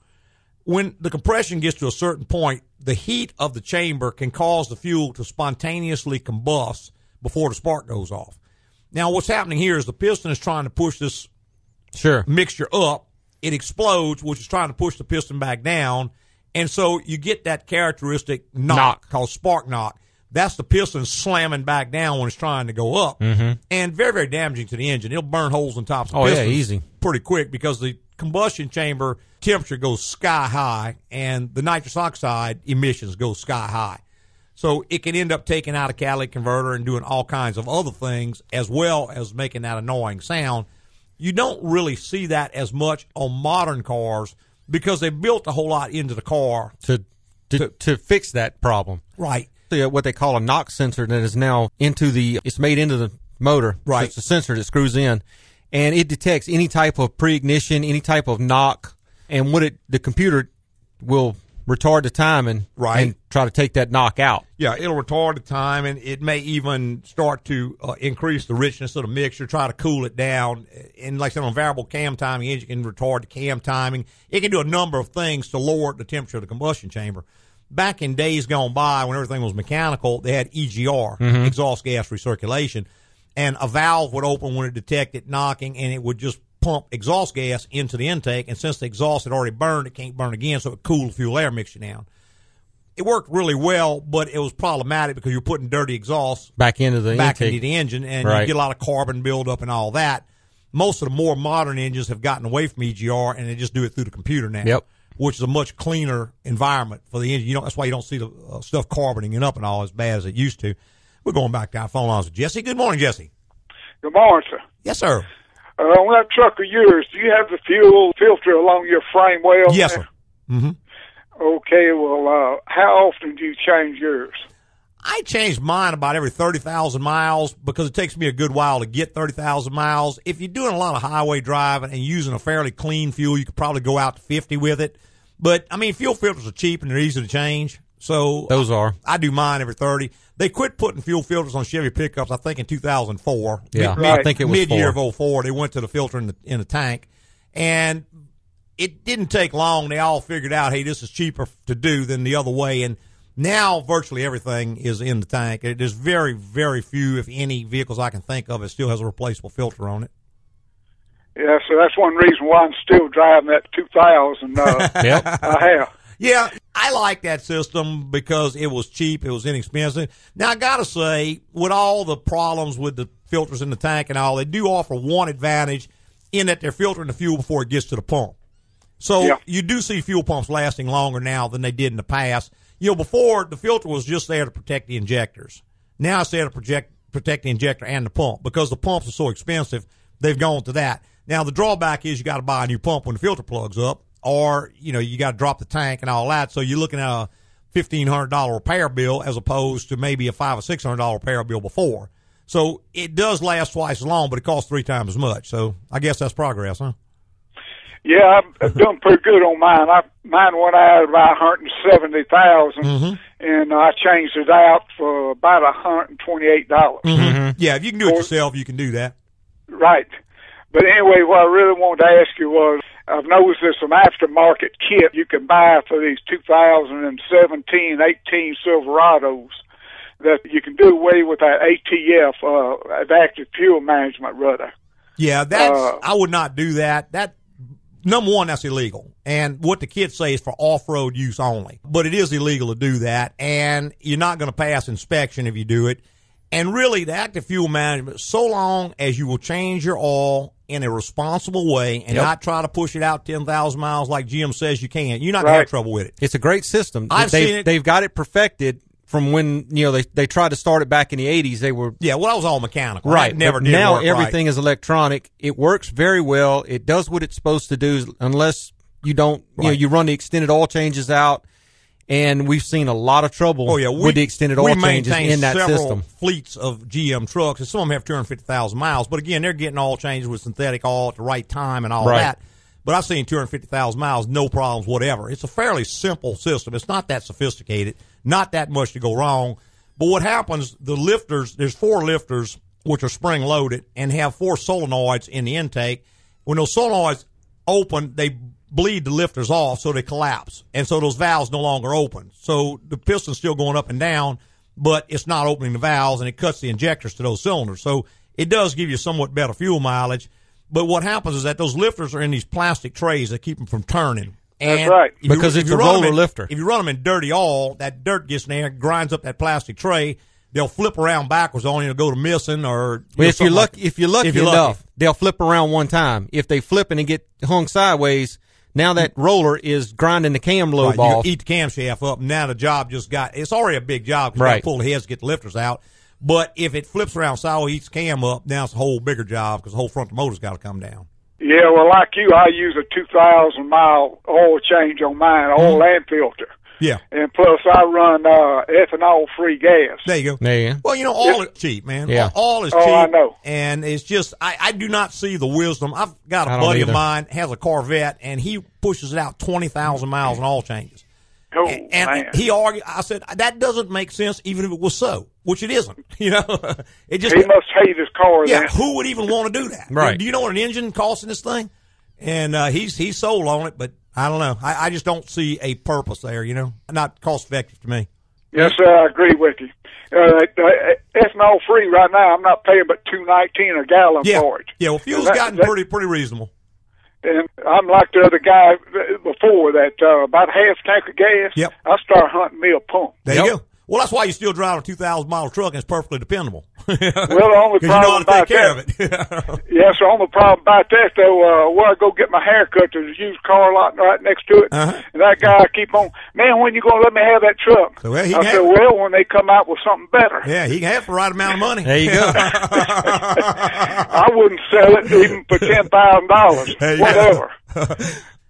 [SPEAKER 1] when the compression gets to a certain point, the heat of the chamber can cause the fuel to spontaneously combust before the spark goes off. Now, what's happening here is the piston is trying to push this
[SPEAKER 2] Sure.
[SPEAKER 1] mixture up, it explodes, which is trying to push the piston back down. And so you get that characteristic knock,
[SPEAKER 2] Knock.
[SPEAKER 1] called spark knock. That's the piston slamming back down when it's trying to go up. And very, very damaging to the engine. It'll burn holes in tops of
[SPEAKER 2] Oh, yeah,
[SPEAKER 1] pistons
[SPEAKER 2] easy.
[SPEAKER 1] pretty quick because the combustion chamber temperature goes sky high and the nitrous oxide emissions go sky high. So it can end up taking out a catalytic converter and doing all kinds of other things as well as making that annoying sound. You don't really see that as much on modern cars because they built a whole lot into the car.
[SPEAKER 2] To, to to fix that problem.
[SPEAKER 1] Right.
[SPEAKER 2] the, what they call a knock sensor that is now into the it's made into the motor
[SPEAKER 1] Right.
[SPEAKER 2] so it's a sensor that screws in and it detects any type of pre-ignition any type of knock and what it the computer will retard the time and
[SPEAKER 1] Right.
[SPEAKER 2] and try to take that knock out
[SPEAKER 1] Yeah, it'll retard the time, and it may even start to uh, increase the richness of the mixture, try to cool it down. And like I said, on variable cam timing, it can retard the cam timing. It can do a number of things to lower the temperature of the combustion chamber. Back in days gone by, when everything was mechanical, they had EGR, exhaust gas recirculation, and a valve would open when it detected knocking, and it would just pump exhaust gas into the intake. And since the exhaust had already burned, it can't burn again, so it cooled the fuel air mixture down it worked really well, but it was problematic because you're putting dirty exhaust
[SPEAKER 2] back into the
[SPEAKER 1] back
[SPEAKER 2] intake
[SPEAKER 1] into the engine, and you
[SPEAKER 2] Right.
[SPEAKER 1] get a lot of carbon buildup and all that. Most of the more modern engines have gotten away from EGR, and they just do it through the computer now.
[SPEAKER 2] Yep.
[SPEAKER 1] Which is a much cleaner environment for the engine. You don't, that's why you don't see the uh, stuff carboning it up and all as bad as it used to. We're going back to our phone lines with Jesse. Good morning, Jesse.
[SPEAKER 4] Good morning, sir.
[SPEAKER 1] Yes, sir.
[SPEAKER 4] Uh, on that truck of yours, do you have the fuel filter along your frame well?
[SPEAKER 1] Yes,
[SPEAKER 4] there?
[SPEAKER 1] sir.
[SPEAKER 4] Okay, well, uh, how often do you change yours?
[SPEAKER 1] I change mine about every 30,000 miles because it takes me a good while to get 30,000 miles. If you're doing a lot of highway driving and using a fairly clean fuel, you could probably go out to 50 with it. But I mean, fuel filters are cheap and they're easy to change. So
[SPEAKER 2] those are
[SPEAKER 1] I do mine every 30. They quit putting fuel filters on Chevy pickups, I think, in 2004.
[SPEAKER 2] Yeah,
[SPEAKER 1] Mid-
[SPEAKER 2] I
[SPEAKER 1] mid-
[SPEAKER 2] think it was
[SPEAKER 1] mid-year
[SPEAKER 2] four.
[SPEAKER 1] of 04. They went to the filter in the in the tank, and it didn't take long. They all figured out, hey, this is cheaper to do than the other way, and now virtually everything is in the tank. It- There's very very few, if any, vehicles I can think of that still has a replaceable filter on it.
[SPEAKER 4] Yeah, so that's one reason why I'm still driving that
[SPEAKER 1] [laughs]
[SPEAKER 4] 2000 uh,
[SPEAKER 2] yep
[SPEAKER 4] I have.
[SPEAKER 1] Yeah, I like that system because it was cheap, it was inexpensive. Now I gotta say, with all the problems with the filters in the tank and all, they do offer one advantage in that they're filtering the fuel before it gets to the pump. So
[SPEAKER 4] Yeah.
[SPEAKER 1] you do see fuel pumps lasting longer now than they did in the past. You know, before the filter was just there to protect the injectors. Now it's there to project, protect the injector and the pump because the pumps are so expensive. They've gone to that. Now the drawback is you got to buy a new pump when the filter plugs up, or you know you got to drop the tank and all that. So you're looking at a fifteen hundred dollar repair bill as opposed to maybe a five or six hundred dollar repair bill before. So it does last twice as long, but it costs three times as much. So I guess that's progress, huh?
[SPEAKER 4] Yeah, I've- I've done pretty good on mine. I mine went out about 170,000, and I changed it out for about 128 dollars.
[SPEAKER 2] Mm-hmm.
[SPEAKER 1] Yeah, if you can do it yourself, you can do that.
[SPEAKER 4] Right. But anyway, what I really wanted to ask you was, I've noticed there's some aftermarket kit you can buy for these 2017, 18 Silverados that you can do away with that ATF, uh, the active fuel management rudder.
[SPEAKER 1] Yeah, that's
[SPEAKER 4] Uh,
[SPEAKER 1] I would not do that. That number one, that's illegal. And what the kids say is for off road use only. But it is illegal to do that and you're not gonna pass inspection if you do it. And really the active fuel management, so long as you will change your oil in a responsible way and not try to push it out ten thousand miles like Jim says you can, you're not gonna have
[SPEAKER 4] Right.
[SPEAKER 1] trouble with it.
[SPEAKER 2] it's a great system
[SPEAKER 1] I've
[SPEAKER 2] they've,
[SPEAKER 1] seen it.
[SPEAKER 2] they've got it perfected from when you know they they tried to start it back in the eighties. They were
[SPEAKER 1] Yeah, well, I was all mechanical.
[SPEAKER 2] right.
[SPEAKER 1] That never
[SPEAKER 2] but
[SPEAKER 1] did
[SPEAKER 2] now
[SPEAKER 1] work
[SPEAKER 2] everything is electronic. It works very well. It does what it's supposed to do, unless you don't. You know,
[SPEAKER 1] Right.
[SPEAKER 2] you run the extended oil changes out, and we've seen a lot of trouble.
[SPEAKER 1] Right. Oh yeah, we,
[SPEAKER 2] with the extended
[SPEAKER 1] we
[SPEAKER 2] oil changes
[SPEAKER 1] maintain
[SPEAKER 2] in that
[SPEAKER 1] several
[SPEAKER 2] system.
[SPEAKER 1] Fleets of GM trucks, and some of them have two hundred fifty thousand miles. But again, they're getting all changes with synthetic oil at the right time and all
[SPEAKER 2] Right.
[SPEAKER 1] that. But I've seen two hundred fifty thousand miles, no problems, whatever. It's a fairly simple system. It's not that sophisticated, not that much to go wrong. But what happens? The lifters, there's four lifters which are spring loaded and have four solenoids in the intake. When those solenoids open, they bleed the lifters off, so they collapse, and so those valves no longer open. So the piston's still going up and down, but it's not opening the valves, and it cuts the injectors to those cylinders. So it does give you somewhat better fuel mileage. But what happens is that those lifters are in these plastic trays that keep them from turning. And
[SPEAKER 4] That's right.
[SPEAKER 1] if you-
[SPEAKER 2] Because
[SPEAKER 1] if
[SPEAKER 2] it's
[SPEAKER 1] you
[SPEAKER 2] a
[SPEAKER 1] run 'em
[SPEAKER 2] roller
[SPEAKER 1] in-
[SPEAKER 2] lifter.
[SPEAKER 1] If you run them in dirty oil, that dirt gets in there, grinds up that plastic tray. They'll flip around backwards on you, go to missing, or
[SPEAKER 2] Well, if you're
[SPEAKER 1] something like-
[SPEAKER 2] lucky, if you're lucky
[SPEAKER 1] if you're lucky.
[SPEAKER 2] enough, they'll flip around one time. If they flip and they get hung sideways, now that roller is grinding the cam lobe
[SPEAKER 1] Right, you
[SPEAKER 2] off.
[SPEAKER 1] eat the camshaft up. Now the job just got. It's already a big job. 'cause you
[SPEAKER 2] Right.
[SPEAKER 1] gotta Pull the heads, get the lifters out. But if it flips around sideways, eats the cam up. Now it's a whole bigger job because the whole front of the motor's got to come down.
[SPEAKER 4] Yeah, well, like you, I use a 2,000 mile oil change on mine, oil and filter.
[SPEAKER 1] Yeah.
[SPEAKER 4] And plus, I run uh, ethanol free gas.
[SPEAKER 1] There you go.
[SPEAKER 2] There you go.
[SPEAKER 1] Well, you know, all is cheap, man.
[SPEAKER 2] Yeah.
[SPEAKER 1] All, all is
[SPEAKER 4] Oh,
[SPEAKER 1] cheap.
[SPEAKER 4] I know.
[SPEAKER 1] And it's just, I, I do not see the wisdom. I've got a
[SPEAKER 2] I don't
[SPEAKER 1] buddy
[SPEAKER 2] either.
[SPEAKER 1] of mine has a Corvette, and he pushes it out 20,000 miles on all changes.
[SPEAKER 4] Oh,
[SPEAKER 1] And, and
[SPEAKER 4] man.
[SPEAKER 1] he argued, I said, that doesn't make sense even if it was so, which it isn't. [laughs] You know, it just.
[SPEAKER 4] he must hate his car
[SPEAKER 1] Yeah,
[SPEAKER 4] then.
[SPEAKER 1] who would even want to do that?
[SPEAKER 2] Right.
[SPEAKER 1] Do you know what an engine costs in this thing? And uh, he's he's sold on it, but I don't know. I, I just don't see a purpose there. You know, not cost effective to me.
[SPEAKER 4] Yes, sir, I agree with you. Uh, uh, ethanol free right now, I'm not paying but two nineteen a gallon
[SPEAKER 1] Yeah,
[SPEAKER 4] for it.
[SPEAKER 1] yeah. Well, fuel's
[SPEAKER 4] That-
[SPEAKER 1] gotten
[SPEAKER 4] that-
[SPEAKER 1] pretty pretty reasonable.
[SPEAKER 4] And I'm like the other guy uh, before that. Uh, about half tank of gas,
[SPEAKER 1] Yep.
[SPEAKER 4] I start hunting me a pump.
[SPEAKER 1] There you
[SPEAKER 2] Yep.
[SPEAKER 1] go. Well, that's why you still drive a two thousand mile truck and it's perfectly dependable. [laughs] well,
[SPEAKER 4] the only
[SPEAKER 1] you know how
[SPEAKER 4] problem
[SPEAKER 1] to take
[SPEAKER 4] about
[SPEAKER 1] care
[SPEAKER 4] that-
[SPEAKER 1] of it. [laughs]
[SPEAKER 4] Yes, the only problem about that though, uh, where I go get my hair cut, there's a used car lot right next to it,
[SPEAKER 1] Uh-huh.
[SPEAKER 4] and that guy keep on, man, when you gonna let me have that truck?
[SPEAKER 1] So, well, he
[SPEAKER 4] I
[SPEAKER 1] can
[SPEAKER 4] said,
[SPEAKER 1] have it.
[SPEAKER 4] well, when they come out with something better,
[SPEAKER 1] yeah, he can have the right amount of money.
[SPEAKER 2] There you go.
[SPEAKER 1] [laughs]
[SPEAKER 4] I wouldn't sell it even
[SPEAKER 1] [laughs]
[SPEAKER 4] for ten thousand dollars,
[SPEAKER 1] There you go.
[SPEAKER 4] whatever.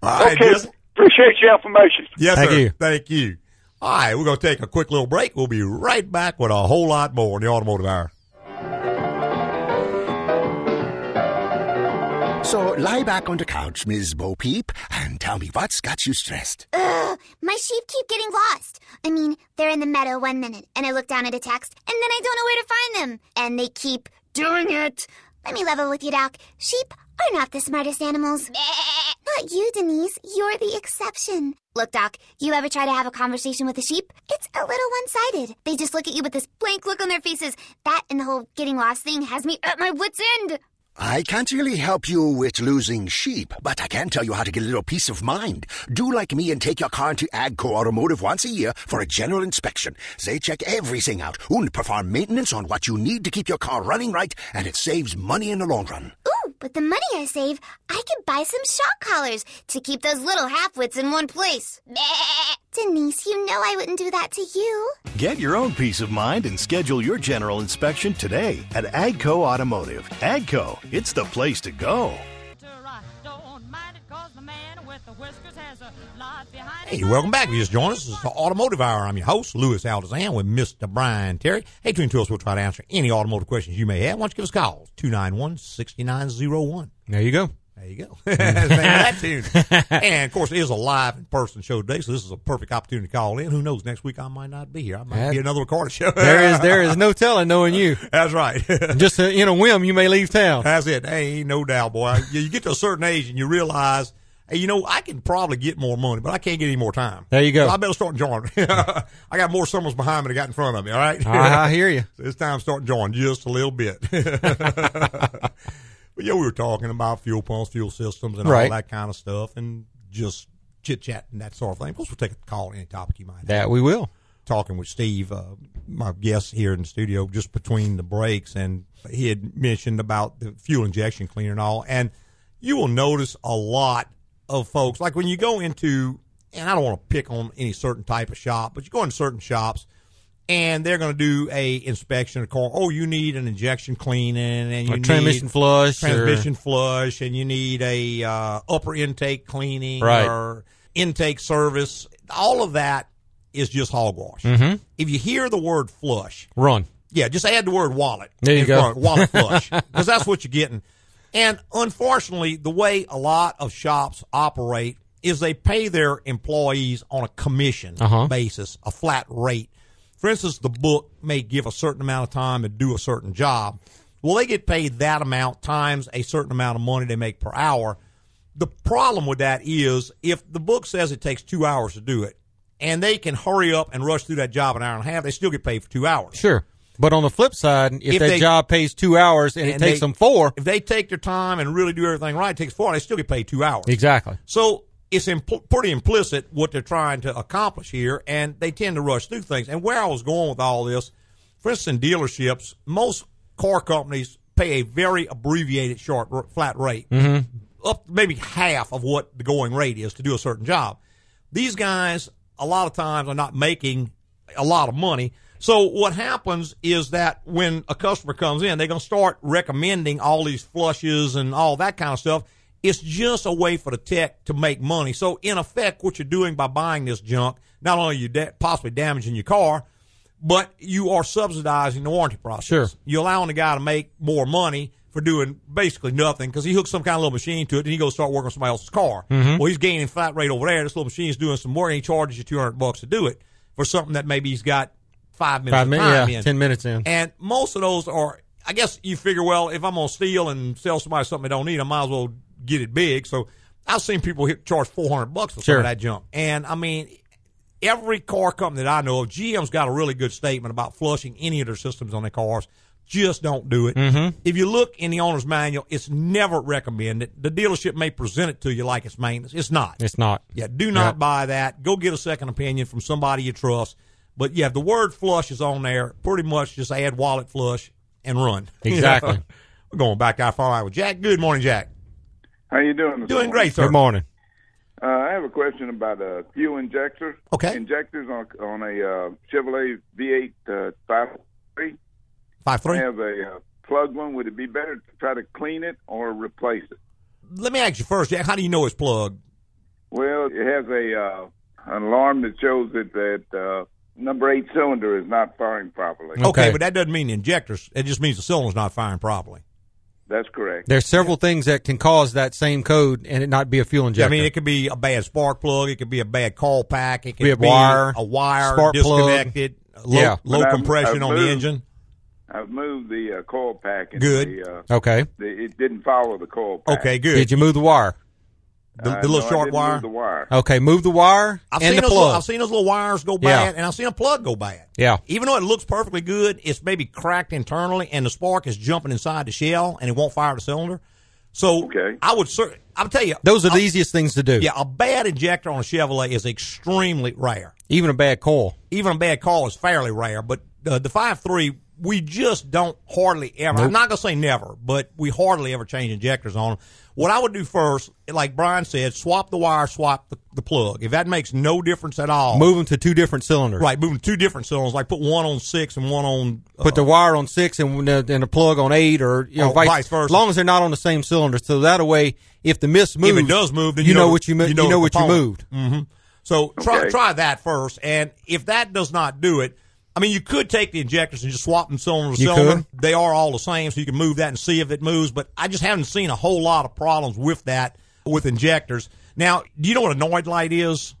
[SPEAKER 1] All right,
[SPEAKER 4] okay,
[SPEAKER 1] Jason.
[SPEAKER 4] appreciate your information.
[SPEAKER 1] Yes,
[SPEAKER 2] Thank
[SPEAKER 1] sir.
[SPEAKER 2] you.
[SPEAKER 1] Thank you. All right, we're going to take a quick little break. We'll be right back with a whole lot more in the Automotive Hour.
[SPEAKER 6] So lie back on the couch, Ms. Bo Peep, and tell me what's got you stressed.
[SPEAKER 8] Ugh, my sheep keep getting lost. I mean, they're in the meadow one minute, and I look down at a text, and then I don't know where to find them. And they keep doing it. Let me level with you, Doc. Sheep are not the smartest animals. Not you, Denise. You're the exception. Look, Doc, you ever try to have a conversation with a sheep? It's a little one sided. They just look at you with this blank look on their faces. That and the whole getting lost thing has me at my wits' end.
[SPEAKER 6] I can't really help you with losing sheep, but I can tell you how to get a little peace of mind. Do like me and take your car to Agco Automotive once a year for a general inspection. They check everything out and perform maintenance on what you need to keep your car running right, and it saves money in the long run.
[SPEAKER 8] Ooh, with the money I save, I could buy some shock collars to keep those little half-wits in one place. [laughs] Denise, you know I wouldn't do that to you.
[SPEAKER 7] Get your own peace of mind and schedule your general inspection today at Agco Automotive. Agco, it's the place to go.
[SPEAKER 1] Hey, welcome back. If you just joined us, this is the Automotive Hour. I'm your host, Louis Aldezan, with Mr. Brian Terry. Hey, between two us, we'll try to answer any automotive questions you may have. Why don't you give us a call? 291-6901.
[SPEAKER 2] there you go.
[SPEAKER 1] There you go. [laughs] Sing that tune. And, of course, it is a live in-person show today, so this is a perfect opportunity to call in. Who knows? Next week I might not be here. I might
[SPEAKER 2] Yeah.
[SPEAKER 1] be another recorded show.
[SPEAKER 2] There is there is no telling knowing you.
[SPEAKER 1] [laughs] That's right. [laughs]
[SPEAKER 2] Just uh, in a whim, you may leave town.
[SPEAKER 1] That's it. Hey, ain't no doubt, boy. You you get to a certain age and you realize, hey, you know, I can probably get more money, but I can't get any more time.
[SPEAKER 2] There you go.
[SPEAKER 1] So I better start enjoying it. [laughs] I got more summers behind me than I got in front of me, all right?
[SPEAKER 2] Ah, I, I hear you.
[SPEAKER 1] [laughs] So it's time to start enjoying just a little bit. [laughs] but yeah, we were talking about fuel pumps, fuel systems, and
[SPEAKER 2] Right.
[SPEAKER 1] all that kind of stuff, and just chit chat and that sort of thing. Plus, we'll take a call any topic you might have
[SPEAKER 2] That we will.
[SPEAKER 1] talking with Steve, uh, my guest here in the studio, just between the breaks, and he had mentioned about the fuel injection cleaner and all. And you will notice a lot of folks, like when you go into, and I don't want to pick on any certain type of shop, but you go into certain shops and they're going to do a inspection of the car. Oh, you need an injection cleaning, and you
[SPEAKER 2] Or transmission
[SPEAKER 1] need
[SPEAKER 2] flush or-
[SPEAKER 1] transmission flush, and you need a uh, upper intake cleaning
[SPEAKER 2] Right.
[SPEAKER 1] or intake service. All of that is just hogwash.
[SPEAKER 2] Mhm.
[SPEAKER 1] If you hear the word flush,
[SPEAKER 2] Run.
[SPEAKER 1] yeah, just add the word wallet.
[SPEAKER 2] There you
[SPEAKER 1] in
[SPEAKER 2] go.
[SPEAKER 1] front, wallet
[SPEAKER 2] [laughs]
[SPEAKER 1] flush, because that's what you're getting. And unfortunately, the way a lot of shops operate is they pay their employees on a commission
[SPEAKER 2] Uh-huh.
[SPEAKER 1] basis, a flat rate. For instance, the book may give a certain amount of time and do a certain job. Well, they get paid that amount times a certain amount of money they make per hour. The problem with that is if the book says it takes two hours to do it, and they can hurry up and rush through that job an hour and a half, they still get paid for two hours.
[SPEAKER 2] Sure. But on the flip side, if,
[SPEAKER 1] If
[SPEAKER 2] that
[SPEAKER 1] they-
[SPEAKER 2] job pays two hours and, it
[SPEAKER 1] and
[SPEAKER 2] takes
[SPEAKER 1] they-
[SPEAKER 2] them four,
[SPEAKER 1] if they take their time and really do everything right, it takes four. They still get paid two hours.
[SPEAKER 2] exactly.
[SPEAKER 1] So it's impl- pretty implicit what they're trying to accomplish here, and they tend to rush through things. And where I was going with all this, for instance, in dealerships, most car companies pay a very abbreviated short r- flat rate, up maybe half of what the going rate is to do a certain job. These guys, a lot of times, are not making a lot of money. So what happens is that when a customer comes in, they're going to start recommending all these flushes and all that kind of stuff. It's just a way for the tech to make money. So in effect, what you're doing by buying this junk, not only are you da- possibly damaging your car, but you are subsidizing the warranty process.
[SPEAKER 2] Sure.
[SPEAKER 1] You're allowing the guy to make more money for doing basically nothing because he hooks some kind of little machine to it and he goes start working on somebody else's car.
[SPEAKER 2] Mm-hmm.
[SPEAKER 1] Well, he's gaining flat rate over there. This little machine's doing some more and he charges you 200 bucks to do it for something that maybe he's got five minutes
[SPEAKER 2] Five
[SPEAKER 1] of
[SPEAKER 2] minutes,
[SPEAKER 1] time
[SPEAKER 2] yeah,
[SPEAKER 1] in.
[SPEAKER 2] ten minutes in.
[SPEAKER 1] And most of those are, I guess you figure, well, if I'm going to steal and sell somebody something they don't need, I might as well get it big. So I've seen people hit, charge 400 bucks for some
[SPEAKER 2] Sure.
[SPEAKER 1] of that junk. And I mean, every car company that I know of, GM's got a really good statement about flushing any of their systems on their cars. Just don't do it.
[SPEAKER 2] Mm-hmm.
[SPEAKER 1] If you look in the owner's manual, it's never recommended. The dealership may present it to you like it's maintenance. It's not.
[SPEAKER 2] It's not.
[SPEAKER 1] Yeah, do not
[SPEAKER 2] Yep.
[SPEAKER 1] buy that. Go get a second opinion from somebody you trust. But yeah, if the word flush is on there. Pretty much just add wallet flush and run. [laughs]
[SPEAKER 2] Exactly.
[SPEAKER 1] We're going back out far out with Jack. Good morning, Jack.
[SPEAKER 9] How you doing? This
[SPEAKER 1] Doing
[SPEAKER 9] morning?
[SPEAKER 1] great, sir.
[SPEAKER 2] Good morning.
[SPEAKER 9] Uh, I have a question about uh, fuel injectors.
[SPEAKER 1] Okay.
[SPEAKER 9] Injectors on on a uh, Chevrolet V8 uh, 5.3.
[SPEAKER 1] Five
[SPEAKER 9] I
[SPEAKER 1] three.
[SPEAKER 9] have a uh, plug one. Would it be better to try to clean it or replace it?
[SPEAKER 1] Let me ask you first, Jack. How do you know it's plugged?
[SPEAKER 9] Well, it has a uh, an alarm that shows that that uh, number eight cylinder is not firing properly.
[SPEAKER 1] Okay.
[SPEAKER 2] Okay.
[SPEAKER 1] but that doesn't mean the injectors. It just means the cylinder's not firing properly.
[SPEAKER 9] That's correct.
[SPEAKER 2] There's several things that can cause that same code and it not be a fuel
[SPEAKER 1] Yeah,
[SPEAKER 2] injector.
[SPEAKER 1] I mean, it could be a bad spark plug. It could be a bad call pack. It could
[SPEAKER 2] Be a wire,
[SPEAKER 1] a wire
[SPEAKER 2] spark plug.
[SPEAKER 1] disconnected, low,
[SPEAKER 2] Yeah.
[SPEAKER 1] low
[SPEAKER 9] But I've-
[SPEAKER 1] compression
[SPEAKER 9] I've
[SPEAKER 1] on the
[SPEAKER 9] moved.
[SPEAKER 1] engine.
[SPEAKER 9] I've moved the uh, coil pack. And
[SPEAKER 1] Good.
[SPEAKER 9] The, uh,
[SPEAKER 2] okay.
[SPEAKER 9] the, it didn't follow the coil pack.
[SPEAKER 1] Okay, good.
[SPEAKER 2] Did you move the wire?
[SPEAKER 1] the,
[SPEAKER 9] Uh,
[SPEAKER 1] the little
[SPEAKER 9] no, I
[SPEAKER 1] short
[SPEAKER 9] didn't
[SPEAKER 1] wire. Uh,
[SPEAKER 9] Move the wire.
[SPEAKER 2] Okay, move the wire
[SPEAKER 1] I've
[SPEAKER 2] and
[SPEAKER 1] seen
[SPEAKER 2] the
[SPEAKER 1] those. Little,
[SPEAKER 2] plug.
[SPEAKER 1] I've seen those little wires go
[SPEAKER 2] Yeah.
[SPEAKER 1] bad, and I've seen a plug go bad.
[SPEAKER 2] Yeah.
[SPEAKER 1] Even though it looks perfectly good, it's maybe cracked internally, and the spark is jumping inside the shell, and it won't fire the cylinder. So
[SPEAKER 9] Okay.
[SPEAKER 1] I would. Cer- I'll tell you.
[SPEAKER 2] Those are the
[SPEAKER 1] a-
[SPEAKER 2] easiest things to do.
[SPEAKER 1] Yeah, a bad injector on a Chevrolet is extremely rare.
[SPEAKER 2] Even a bad coil.
[SPEAKER 1] Even a bad call is fairly rare. But uh, the five three, we just don't hardly ever. I'm not gonna say never, but we hardly ever change injectors on them. What I would do first, like Brian said, swap the wire, swap the, the plug. If that makes no difference at all,
[SPEAKER 2] Move them to two different cylinders.
[SPEAKER 1] Right, moving two different cylinders, like put one on six and one on. Uh,
[SPEAKER 2] Put the wire on six and the- and the plug on eight, or you know,
[SPEAKER 1] Or
[SPEAKER 2] vice,
[SPEAKER 1] Oh, vice versa.
[SPEAKER 2] As long as they're not on the same cylinder, so that way, if the miss moves,
[SPEAKER 1] does move, then
[SPEAKER 2] you,
[SPEAKER 1] you
[SPEAKER 2] know,
[SPEAKER 1] know the-
[SPEAKER 2] what you, mo-
[SPEAKER 1] you know the
[SPEAKER 2] what you
[SPEAKER 1] component.
[SPEAKER 2] moved.
[SPEAKER 1] so try
[SPEAKER 9] Okay.
[SPEAKER 1] try that first, and if that does not do it, I mean, you could take the injectors and just swap them cylinder to
[SPEAKER 2] You
[SPEAKER 1] cylinder. They are all the same, so you can move that and see if it moves. But I just haven't seen a whole lot of problems with that with injectors. Now, do you know what a Noid light is?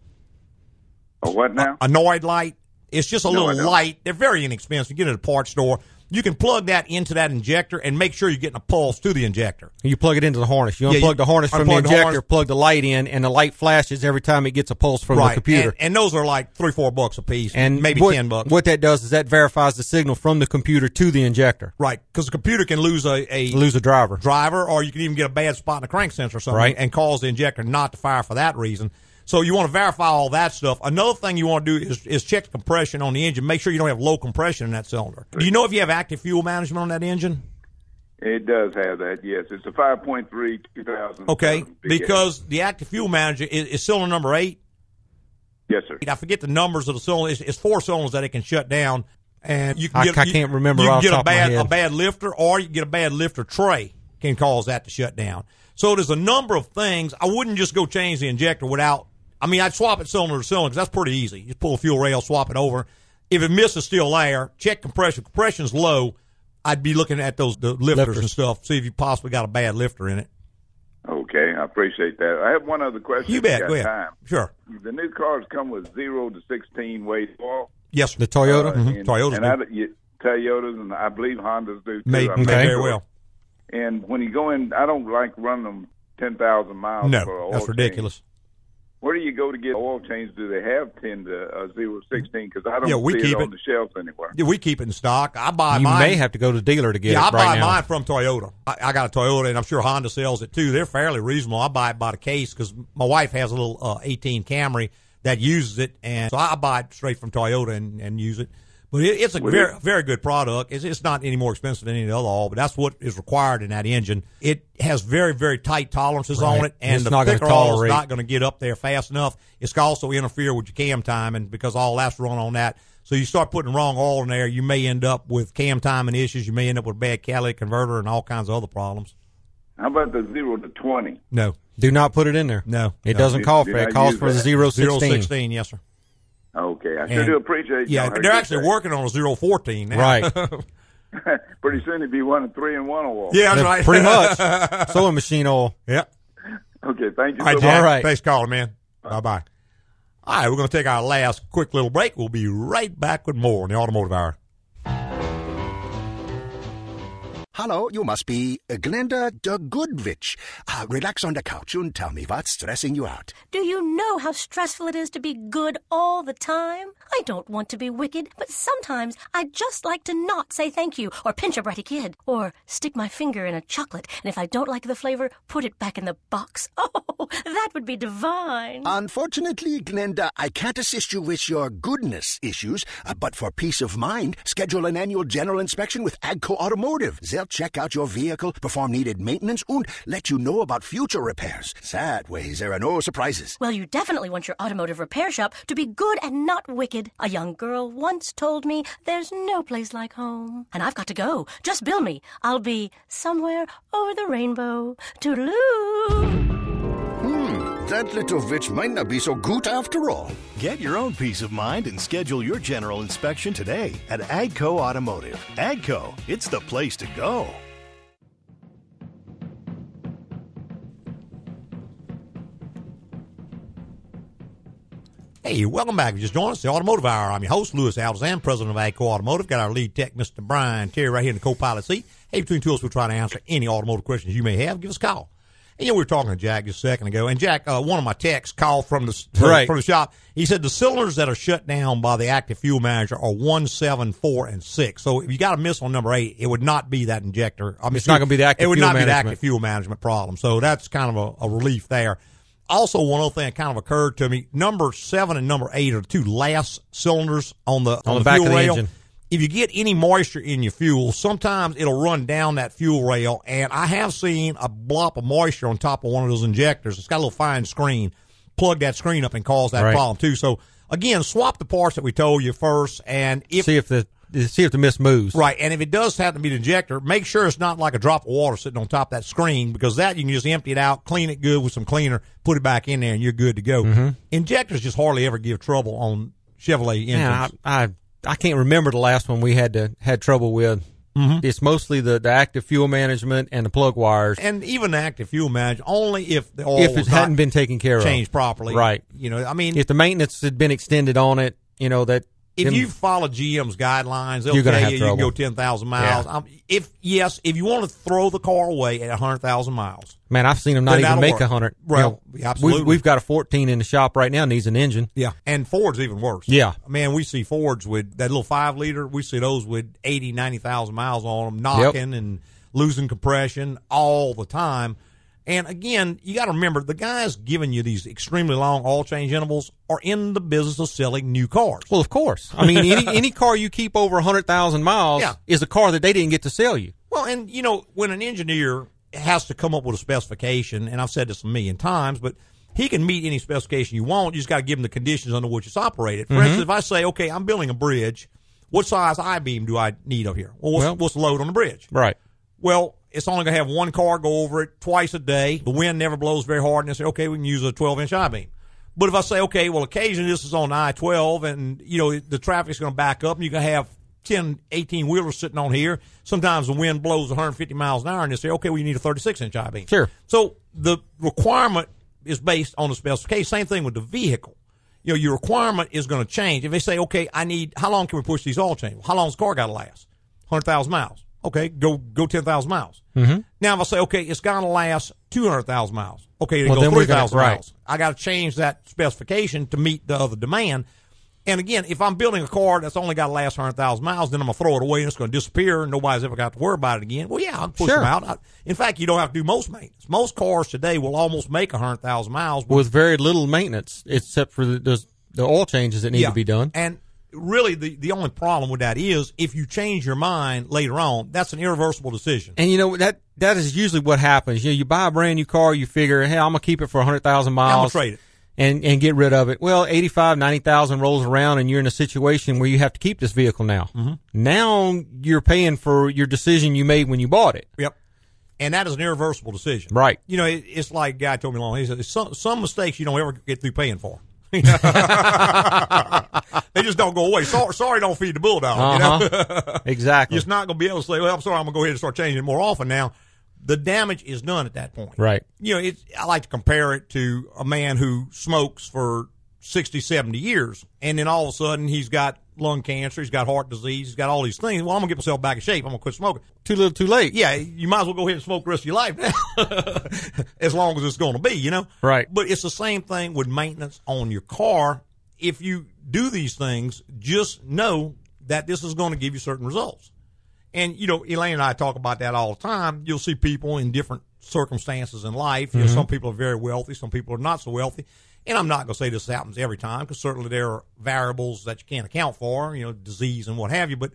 [SPEAKER 9] Or Uh, what now?
[SPEAKER 1] A Noid light. It's just a
[SPEAKER 9] No, I
[SPEAKER 1] little
[SPEAKER 9] don't.
[SPEAKER 1] light. They're very inexpensive. You get it at a parts store. You can plug that into that injector and make sure you're getting a pulse to the injector.
[SPEAKER 2] You plug it into the harness. You
[SPEAKER 1] Yeah,
[SPEAKER 2] unplug
[SPEAKER 1] you
[SPEAKER 2] the harness from the
[SPEAKER 1] unplug the
[SPEAKER 2] injector,
[SPEAKER 1] harness.
[SPEAKER 2] plug the light in, and the light flashes every time it gets a pulse from the computer.
[SPEAKER 1] And, and those are like three, four bucks a piece, and maybe
[SPEAKER 2] what,
[SPEAKER 1] ten bucks.
[SPEAKER 2] What that does is that verifies the signal from the computer to the injector.
[SPEAKER 1] Right, because the computer can lose a, a
[SPEAKER 2] Lose a driver.
[SPEAKER 1] driver, or you can even get a bad spot in a crank sensor or something,
[SPEAKER 2] Right.
[SPEAKER 1] and cause the injector not to fire for that reason. So you want to verify all that stuff. Another thing you want to do is, is check the compression on the engine. Make sure you don't have low compression in that cylinder. Do you know if you have active fuel management on that engine?
[SPEAKER 9] It does have that, yes. It's a 5.3 2000.
[SPEAKER 1] Okay, because the active fuel manager is, is cylinder number eight.
[SPEAKER 9] Yes, sir.
[SPEAKER 1] I forget the numbers of the cylinders. It's, it's four cylinders that it can shut down. and you can
[SPEAKER 2] I-
[SPEAKER 1] get,
[SPEAKER 2] I
[SPEAKER 1] you-
[SPEAKER 2] can't remember
[SPEAKER 1] You can
[SPEAKER 2] off the
[SPEAKER 1] get a
[SPEAKER 2] top of my
[SPEAKER 1] bad
[SPEAKER 2] head.
[SPEAKER 1] a bad lifter, or you can get a bad lifter tray can cause that to shut down. So there's a number of things. I wouldn't just go change the injector without. I mean, I'd swap it cylinder to cylinder. 'cause that's pretty easy. Just pull a fuel rail, swap it over. If it misses still air, check compression. Compression's low. I'd be looking at those the lifters, and stuff, see if you possibly got a bad lifter in it.
[SPEAKER 9] Okay, I appreciate that. I have one other question.
[SPEAKER 1] You
[SPEAKER 9] if
[SPEAKER 1] bet.
[SPEAKER 9] got
[SPEAKER 1] Go ahead.
[SPEAKER 9] Time.
[SPEAKER 1] Sure.
[SPEAKER 9] The new cars come with zero to sixteen weight wall.
[SPEAKER 1] Yes.
[SPEAKER 2] The Toyota?
[SPEAKER 1] Mm-hmm.
[SPEAKER 2] Mhm.
[SPEAKER 9] Uh, And,
[SPEAKER 2] Toyotas
[SPEAKER 9] and
[SPEAKER 2] do.
[SPEAKER 9] I, you, Toyotas and I believe Hondas do too.
[SPEAKER 1] May,
[SPEAKER 9] I'm not
[SPEAKER 1] may very
[SPEAKER 9] sure.
[SPEAKER 1] well.
[SPEAKER 9] And when you go in, I don't like running them ten thousand miles. for
[SPEAKER 1] No,
[SPEAKER 9] oil
[SPEAKER 1] that's ridiculous.
[SPEAKER 9] Where do you go to get oil change? Do they have ten to uh, zero sixteen? Because I don't
[SPEAKER 1] Yeah, we
[SPEAKER 9] see
[SPEAKER 1] keep
[SPEAKER 9] it on
[SPEAKER 1] it.
[SPEAKER 9] the shelves anywhere.
[SPEAKER 1] Yeah, we keep it in stock. I buy
[SPEAKER 2] You
[SPEAKER 1] mine.
[SPEAKER 2] may have to go to the dealer to get
[SPEAKER 1] yeah,
[SPEAKER 2] it
[SPEAKER 1] I
[SPEAKER 2] right
[SPEAKER 1] buy
[SPEAKER 2] now.
[SPEAKER 1] mine from Toyota. I, I got a Toyota, and I'm sure Honda sells it too. They're fairly reasonable. I buy it by the case because my wife has a little uh, 18 Camry that uses it, and so I buy it straight from Toyota and, and use it. But it, it's a
[SPEAKER 9] Would
[SPEAKER 1] very,
[SPEAKER 9] it-
[SPEAKER 1] very good product. It's, it's not any more expensive than any other oil, but that's what is required in that engine. It has very, very tight tolerances on
[SPEAKER 2] Right.
[SPEAKER 1] it, and
[SPEAKER 2] It's
[SPEAKER 1] the
[SPEAKER 2] not gonna
[SPEAKER 1] thicker oil is
[SPEAKER 2] tolerate.
[SPEAKER 1] not going to get up there fast enough. It's going to also interfere with your cam timing because all that's run on that. So you start putting wrong oil in there, you may end up with cam timing issues. You may end up with bad catalytic converter and all kinds of other problems.
[SPEAKER 9] How about the zero to twenty?
[SPEAKER 1] No,
[SPEAKER 2] Do not put it in there.
[SPEAKER 1] no,
[SPEAKER 2] It
[SPEAKER 1] no.
[SPEAKER 2] doesn't
[SPEAKER 9] Did-
[SPEAKER 2] call
[SPEAKER 9] did
[SPEAKER 2] for it.
[SPEAKER 9] I
[SPEAKER 2] It calls
[SPEAKER 9] use
[SPEAKER 2] for the
[SPEAKER 9] that?
[SPEAKER 2] zero
[SPEAKER 1] Zero
[SPEAKER 2] sixteen.
[SPEAKER 1] sixteen, yes sir.
[SPEAKER 9] Okay, I sure
[SPEAKER 1] And-
[SPEAKER 9] do appreciate.
[SPEAKER 1] Yeah,
[SPEAKER 9] y'all.
[SPEAKER 1] they're
[SPEAKER 9] Hey,
[SPEAKER 1] actually
[SPEAKER 9] good
[SPEAKER 1] working on a zero fourteen now. [laughs]
[SPEAKER 2] Right.
[SPEAKER 9] day. Pretty soon it'd be one and three and one oil.
[SPEAKER 1] yeah, that's
[SPEAKER 2] No,
[SPEAKER 1] right. [laughs]
[SPEAKER 2] Pretty much. Sewing machine oil.
[SPEAKER 1] yeah.
[SPEAKER 9] Okay, thank you. Uh, so
[SPEAKER 1] All right,
[SPEAKER 9] much.
[SPEAKER 1] Jack.
[SPEAKER 2] All right.
[SPEAKER 1] Thanks for calling, man. Bye bye. All right, we're going to take our last quick little break. We'll be right back with more on the Automotive Hour.
[SPEAKER 6] Hello, you must be uh, Glenda de Goodrich. Uh, relax on the couch and tell me what's stressing you out.
[SPEAKER 10] Do you know how stressful it is to be good all the time? I don't want to be wicked, but sometimes I'd just like to not say thank you, or pinch a bratty kid, or stick my finger in a chocolate, and if I don't like the flavor, put it back in the box. [laughs] Oh, that would be divine.
[SPEAKER 6] Unfortunately, Glenda, I can't assist you with your goodness issues, uh, but for peace of mind, schedule an annual general inspection with Agco Automotive. They'll check out your vehicle, perform needed maintenance, and let you know about future repairs. That way, there are no surprises.
[SPEAKER 10] Well, you definitely want your automotive repair shop to be good and not wicked. A young girl once told me there's no place like home. And I've got to go. Just bill me. I'll be somewhere over the rainbow. Toodaloo!
[SPEAKER 6] Hmm, that little witch might not be so good after all.
[SPEAKER 7] Get your own peace of mind and schedule your general inspection today at Agco Automotive. Agco, it's the place to go.
[SPEAKER 1] Hey, welcome back. If you just joined us, the Automotive Hour. I'm your host, Louis Alzan, president of ACO Automotive. Got our lead tech, Mr. Brian Terry, right here in the co-pilot seat. Hey, between two of us, we'll try to answer any automotive questions you may have. Give us a call. And, you know, we were talking to Jack just a second ago, and Jack, uh, one of my techs called from [laughs] the
[SPEAKER 2] Right.
[SPEAKER 1] from the shop. He said the cylinders that are shut down by the active fuel manager are one, seven, four, and six. So if you got a miss on number eight, it would not be that injector. I mean,
[SPEAKER 2] It's not gonna be the active
[SPEAKER 1] It would
[SPEAKER 2] fuel
[SPEAKER 1] not be the
[SPEAKER 2] management.
[SPEAKER 1] active fuel management problem. So that's kind of a, a relief there. Also, one other thing that kind of occurred to me: number seven and number eight are the two last cylinders on the on,
[SPEAKER 2] the back
[SPEAKER 1] fuel
[SPEAKER 2] of the
[SPEAKER 1] rail.
[SPEAKER 2] engine.
[SPEAKER 1] If you get any moisture in your fuel, sometimes it'll run down that fuel rail, and I have seen a blob of moisture on top of one of those injectors. It's got a little fine screen. Plug that screen up and cause that
[SPEAKER 2] Right.
[SPEAKER 1] problem too. So again, swap the parts that we told you first, and if
[SPEAKER 2] See if the see if the miss moves.
[SPEAKER 1] Right, and if it does happen to be the injector, make sure it's not like a drop of water sitting on top of that screen because that you can just empty it out, clean it good with some cleaner, put it back in there, and you're good to go.
[SPEAKER 2] Mm-hmm.
[SPEAKER 1] Injectors just hardly ever give trouble on Chevrolet engines.
[SPEAKER 2] Yeah, I, I I can't remember the last one we had to had trouble with.
[SPEAKER 1] Mm-hmm.
[SPEAKER 2] It's mostly the, the active fuel management and the plug wires.
[SPEAKER 1] and even the active fuel manager, only if the oil
[SPEAKER 2] if it
[SPEAKER 1] was
[SPEAKER 2] hadn't
[SPEAKER 1] not
[SPEAKER 2] been taken care of,
[SPEAKER 1] changed properly.
[SPEAKER 2] right?
[SPEAKER 1] You know, I mean,
[SPEAKER 2] If the maintenance had been extended on it, you know that
[SPEAKER 1] if
[SPEAKER 2] then-
[SPEAKER 1] you follow GM's guidelines, they'll
[SPEAKER 2] You're gonna
[SPEAKER 1] tell
[SPEAKER 2] have
[SPEAKER 1] you you can go
[SPEAKER 2] trouble.
[SPEAKER 1] ten thousand miles. Um, if yes, if you want to throw the car away at hundred thousand miles,
[SPEAKER 2] man, I've seen them
[SPEAKER 1] then
[SPEAKER 2] not even
[SPEAKER 1] that'll
[SPEAKER 2] make
[SPEAKER 1] work.
[SPEAKER 2] a hundred.
[SPEAKER 1] Well,
[SPEAKER 2] you know,
[SPEAKER 1] yeah, absolutely.
[SPEAKER 2] We've, we've got a fourteen in the shop right now needs an engine.
[SPEAKER 1] Yeah. And Ford's even worse.
[SPEAKER 2] Yeah.
[SPEAKER 1] Man, we see Fords with that little five liter. We see those with 80, 90,000 miles on them, knocking and losing compression all the time. And again, you got to remember the guys giving you these extremely long oil change intervals are in the business of selling new cars.
[SPEAKER 2] Well, of course. I mean, any any car you keep over a hundred thousand miles
[SPEAKER 1] Yeah.
[SPEAKER 2] is a car that they didn't get to sell you.
[SPEAKER 1] Well, and you know, when an engineer has to come up with a specification, and I've said this a million times, but he can meet any specification you want. You just got to give him the conditions under which it's operated. For instance, if I say, okay, I'm building a bridge, What size I beam do I need up here? Well, what's,
[SPEAKER 2] Well-
[SPEAKER 1] what's the load on the bridge?
[SPEAKER 2] Right.
[SPEAKER 1] Well, it's only going to have one car go over it twice a day. The wind never blows very hard, and they say, okay, we can use a 12 inch I beam. But if I say, okay, well, occasionally this is on I 12, and, you know, the traffic's going to back up, and you're going to have 10, 18 wheelers sitting on here. Sometimes the wind blows 150 miles an hour, and they say, okay, well, you need a 36 inch I beam.
[SPEAKER 2] Sure.
[SPEAKER 1] So the requirement is based on the specification. Same thing with the vehicle. You know, your requirement is going to change. If they say, okay, I need, how long can we push these oil chains? How long's the car got to last? 100,000 miles. Okay, go go 10,000 miles.
[SPEAKER 2] Mm-hmm.
[SPEAKER 1] Now, if I say, okay, it's going to last 200,000 miles. Okay, it
[SPEAKER 2] Well,
[SPEAKER 1] goes
[SPEAKER 2] then we're gonna-
[SPEAKER 1] 3,000
[SPEAKER 2] right.
[SPEAKER 1] miles. I got to change that specification to meet the other demand. And again, if I'm building a car that's only got to last 100,000 miles, then I'm going to throw it away and it's going to disappear and nobody's ever got to worry about it again. Well, yeah, I'll push
[SPEAKER 2] Sure.
[SPEAKER 1] them out. I- in fact, you don't have to do most maintenance. Most cars today will almost make 100,000 miles
[SPEAKER 2] With very little maintenance, except for the, those, the oil changes that need to be done.
[SPEAKER 1] and really, the, the only problem with that is if you change your mind later on, that's an irreversible decision.
[SPEAKER 2] And you know that that is usually what happens. You know, you buy a brand new car, you figure, hey, I'm gonna keep it for hundred thousand miles.
[SPEAKER 1] trade it.
[SPEAKER 2] And, and get rid of it. Well, 85, 90,000 rolls around and you're in a situation where you have to keep this vehicle now.
[SPEAKER 1] Mhm.
[SPEAKER 2] Now you're paying for your decision you made when you bought it.
[SPEAKER 1] Yep. And that is an irreversible decision.
[SPEAKER 2] Right.
[SPEAKER 1] You know, it, it's like a guy told me long. He said, some, some mistakes you don't ever get through paying
[SPEAKER 2] [laughs]
[SPEAKER 1] for. [laughs] they just don't go away. Sorry, sorry don't feed the bulldog. You know?
[SPEAKER 2] Uh-huh. [laughs] exactly.
[SPEAKER 1] It's not going to be able to say, well, I'm sorry, I'm going to go ahead and start changing it more often now. The damage is done at that point.
[SPEAKER 2] Right.
[SPEAKER 1] You know, it's, I like to compare it to a man who smokes for 60, 70 years, and then all of a sudden he's got lung cancer, he's got heart disease, he's got all these things. Well, I'm going to get myself back in shape. I'm going to quit smoking.
[SPEAKER 2] Too little, too late.
[SPEAKER 1] Yeah, you might as well go ahead and smoke the rest of your life now, [laughs] as long as it's going to be, you know?
[SPEAKER 2] Right.
[SPEAKER 1] But it's the same thing with maintenance on your car. If you do these things, just know that this is going to give you certain results. And you know, Elaine and I talk about that all the time. You'll see people in different circumstances in life. You know,
[SPEAKER 2] Mhm.
[SPEAKER 1] some people are very wealthy, some people are not so wealthy. And I'm not going to say this happens every time because certainly there are variables that you can't account for, you know, disease and what have you. But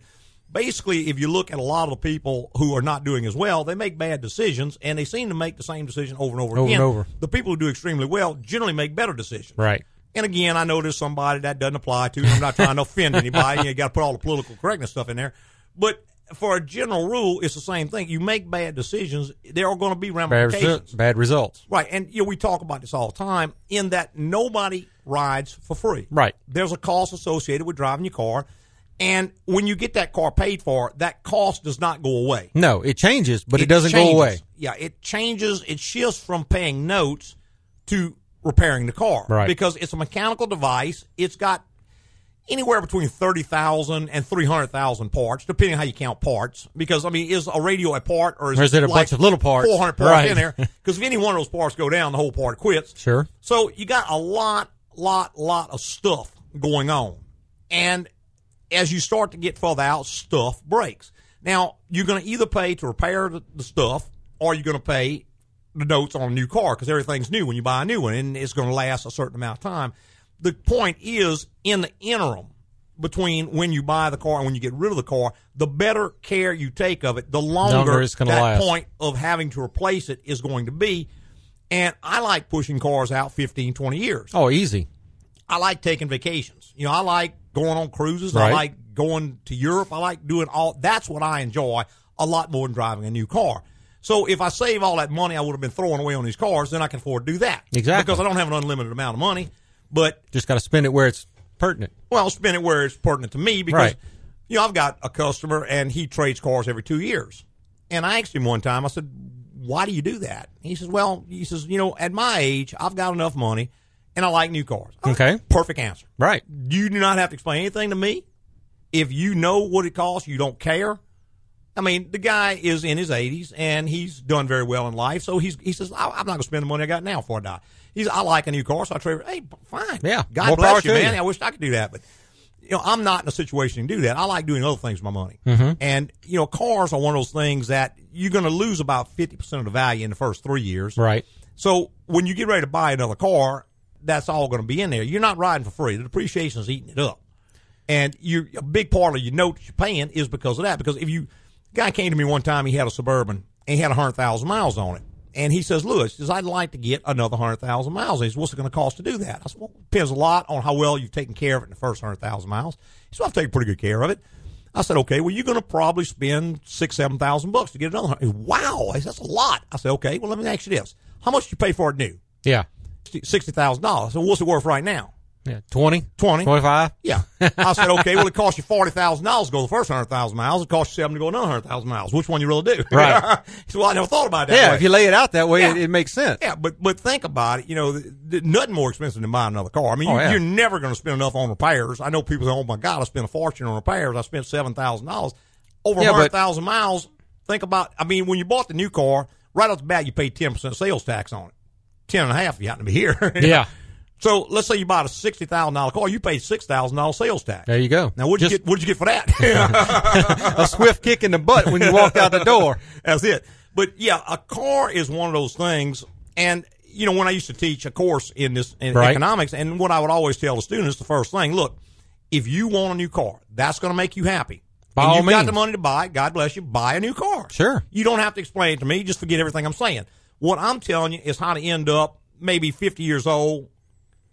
[SPEAKER 1] basically, if you look at a lot of the people who are not doing as well, they make bad decisions and they seem to make the same decision over and over,
[SPEAKER 2] Over and
[SPEAKER 1] again.
[SPEAKER 2] over.
[SPEAKER 1] The people who do extremely well generally make better decisions.
[SPEAKER 2] Right.
[SPEAKER 1] And again, I know there's somebody that doesn't apply to, and I'm not trying to
[SPEAKER 2] [laughs]
[SPEAKER 1] offend anybody. You got to put all the political correctness stuff in there. But for a general rule, it's the same thing. You make bad decisions, there are going to be
[SPEAKER 2] Bad,
[SPEAKER 1] ramifications.
[SPEAKER 2] resu- bad results.
[SPEAKER 1] Right. And, you know, we talk about this all the time in that nobody rides for free.
[SPEAKER 2] Right.
[SPEAKER 1] There's a cost associated with driving your car. And when you get that car paid for, that cost does not go away.
[SPEAKER 2] No, it changes, but it, doesn't
[SPEAKER 1] changes.
[SPEAKER 2] go away.
[SPEAKER 1] Yeah, it changes. It shifts from paying notes to repairing the car.
[SPEAKER 2] Right.
[SPEAKER 1] Because it's a mechanical device. It's got anywhere between 30,000 and 300,000 parts, depending on how you count parts. Because, I mean, is a radio a part or is,
[SPEAKER 2] Or is it a bunch of little parts?
[SPEAKER 1] 400 parts
[SPEAKER 2] Right.
[SPEAKER 1] in there. Because if any one of those parts go down, the whole part quits.
[SPEAKER 2] Sure.
[SPEAKER 1] So you got a lot, lot, lot of stuff going on. And as you start to get further out, stuff breaks. Now, you're going to either pay to repair the, the stuff or you're going to pay the notes on a new car because everything's new when you buy a new one and it's going to last a certain amount of time. The point is, in the interim, between when you buy the car and when you get rid of the car, the better care you take of it, the longer,
[SPEAKER 2] Longer it's gonna
[SPEAKER 1] that
[SPEAKER 2] last.
[SPEAKER 1] point of having to replace it is going to be. And I like pushing cars out 15, 20 years.
[SPEAKER 2] Oh, easy.
[SPEAKER 1] I like taking vacations. You know, I like going on cruises. I
[SPEAKER 2] Right.
[SPEAKER 1] like going to Europe. I like doing all that's what I enjoy a lot more than driving a new car. So if I save all that money I would have been throwing away on these cars, then I can afford to do that.
[SPEAKER 2] Exactly.
[SPEAKER 1] Because I don't have an unlimited amount of money. But
[SPEAKER 2] Just got to spend it where it's pertinent.
[SPEAKER 1] well, I'll spend it where it's pertinent to me because
[SPEAKER 2] Right.
[SPEAKER 1] you know I've got a customer and he trades cars every two years. And I asked him one time, I said, "Why do you do that?" He says, "Well, he says, you know, at my age, I've got enough money, and I like new cars." I said,
[SPEAKER 2] Okay.
[SPEAKER 1] perfect answer.
[SPEAKER 2] Right.
[SPEAKER 1] You do not have to explain anything to me. If you know what it costs, you don't care. I mean, the guy is in his 80s and he's done very well in life. So he's, he says, I, I'm not going to spend the money I got now before I die. He's, I like a new car, so I trade. it." Hey, fine.
[SPEAKER 2] Yeah.
[SPEAKER 1] God
[SPEAKER 2] More power
[SPEAKER 1] bless you,
[SPEAKER 2] to
[SPEAKER 1] man.
[SPEAKER 2] you.
[SPEAKER 1] I wish I could do that, but you know, I'm not in a situation to do that. I like doing other things with my money.
[SPEAKER 2] Mhm.
[SPEAKER 1] And you know, cars are one of those things that you're going to lose about 50 percent of the value in the first three years.
[SPEAKER 2] Right.
[SPEAKER 1] So when you get ready to buy another car, that's all going to be in there. You're not riding for free. The depreciation is eating it up, and you a big part of your note you're paying is because of that. Because if you guy came to me one time, he had a suburban and he had hundred thousand miles on it, and he says, "Lewis, he says I'd like to get another hundred thousand miles." He says, "What's it going to cost to do that?" I said, "Well, it depends a lot on how well you've taken care of it in the first hundred thousand miles." He said, well, "I've taken pretty good care of it." I said, okay, well, you're going to probably spend six, seven thousand bucks to get another. He said, wow, I said, that's a lot. I said, okay, well, let me ask you this: How much did you pay for it new?
[SPEAKER 2] Yeah.
[SPEAKER 1] sixty thousand dollars. So what's it worth right now?
[SPEAKER 2] Yeah, 20?
[SPEAKER 1] 20.
[SPEAKER 2] 25?
[SPEAKER 1] Yeah. I said, okay, well, it cost you forty thousand dollars to go the first hundred thousand miles. It costs you seven to go another hundred thousand miles. Which one you really do?
[SPEAKER 2] Right.
[SPEAKER 1] [laughs] he said, well, I never thought about it that.
[SPEAKER 2] Yeah,
[SPEAKER 1] way.
[SPEAKER 2] if you lay it out that way,
[SPEAKER 1] Yeah.
[SPEAKER 2] it, it makes sense.
[SPEAKER 1] Yeah, but but think about it. You know, th- th- nothing more expensive than buying another car. I mean,
[SPEAKER 2] Oh,
[SPEAKER 1] you,
[SPEAKER 2] yeah.
[SPEAKER 1] you're never going to spend enough on repairs. I know people say, "Oh my God, I spent a fortune on repairs. I spent seven thousand dollars over a
[SPEAKER 2] Yeah, but-
[SPEAKER 1] hundred thousand miles." Think about. I mean, when you bought the new car, right off the bat, you paid ten percent sales tax on it, ten and a half if you happen to be here. [laughs]
[SPEAKER 2] Yeah.
[SPEAKER 1] So let's say you bought a sixty thousand dollar car, you paid six thousand dollars sales tax.
[SPEAKER 2] There you go.
[SPEAKER 1] Now what'd you get? What'd you get for
[SPEAKER 2] [laughs]
[SPEAKER 1] that? [laughs]
[SPEAKER 2] [laughs] a swift kick in the butt when you walked out the door.
[SPEAKER 1] That's it. But yeah, a car is one of those things. And you know, when I used to teach a course in this in
[SPEAKER 2] Right.
[SPEAKER 1] economics, and what I would always tell the students, the first thing, look, if you want a new car, that's going to make you happy.
[SPEAKER 2] By
[SPEAKER 1] and
[SPEAKER 2] all
[SPEAKER 1] you've got the
[SPEAKER 2] means.
[SPEAKER 1] money to buy it. God bless you. Buy a new car.
[SPEAKER 2] Sure.
[SPEAKER 1] You don't have to explain it to me. Just forget everything I'm saying. What I'm telling you is how to end up maybe 50 years old,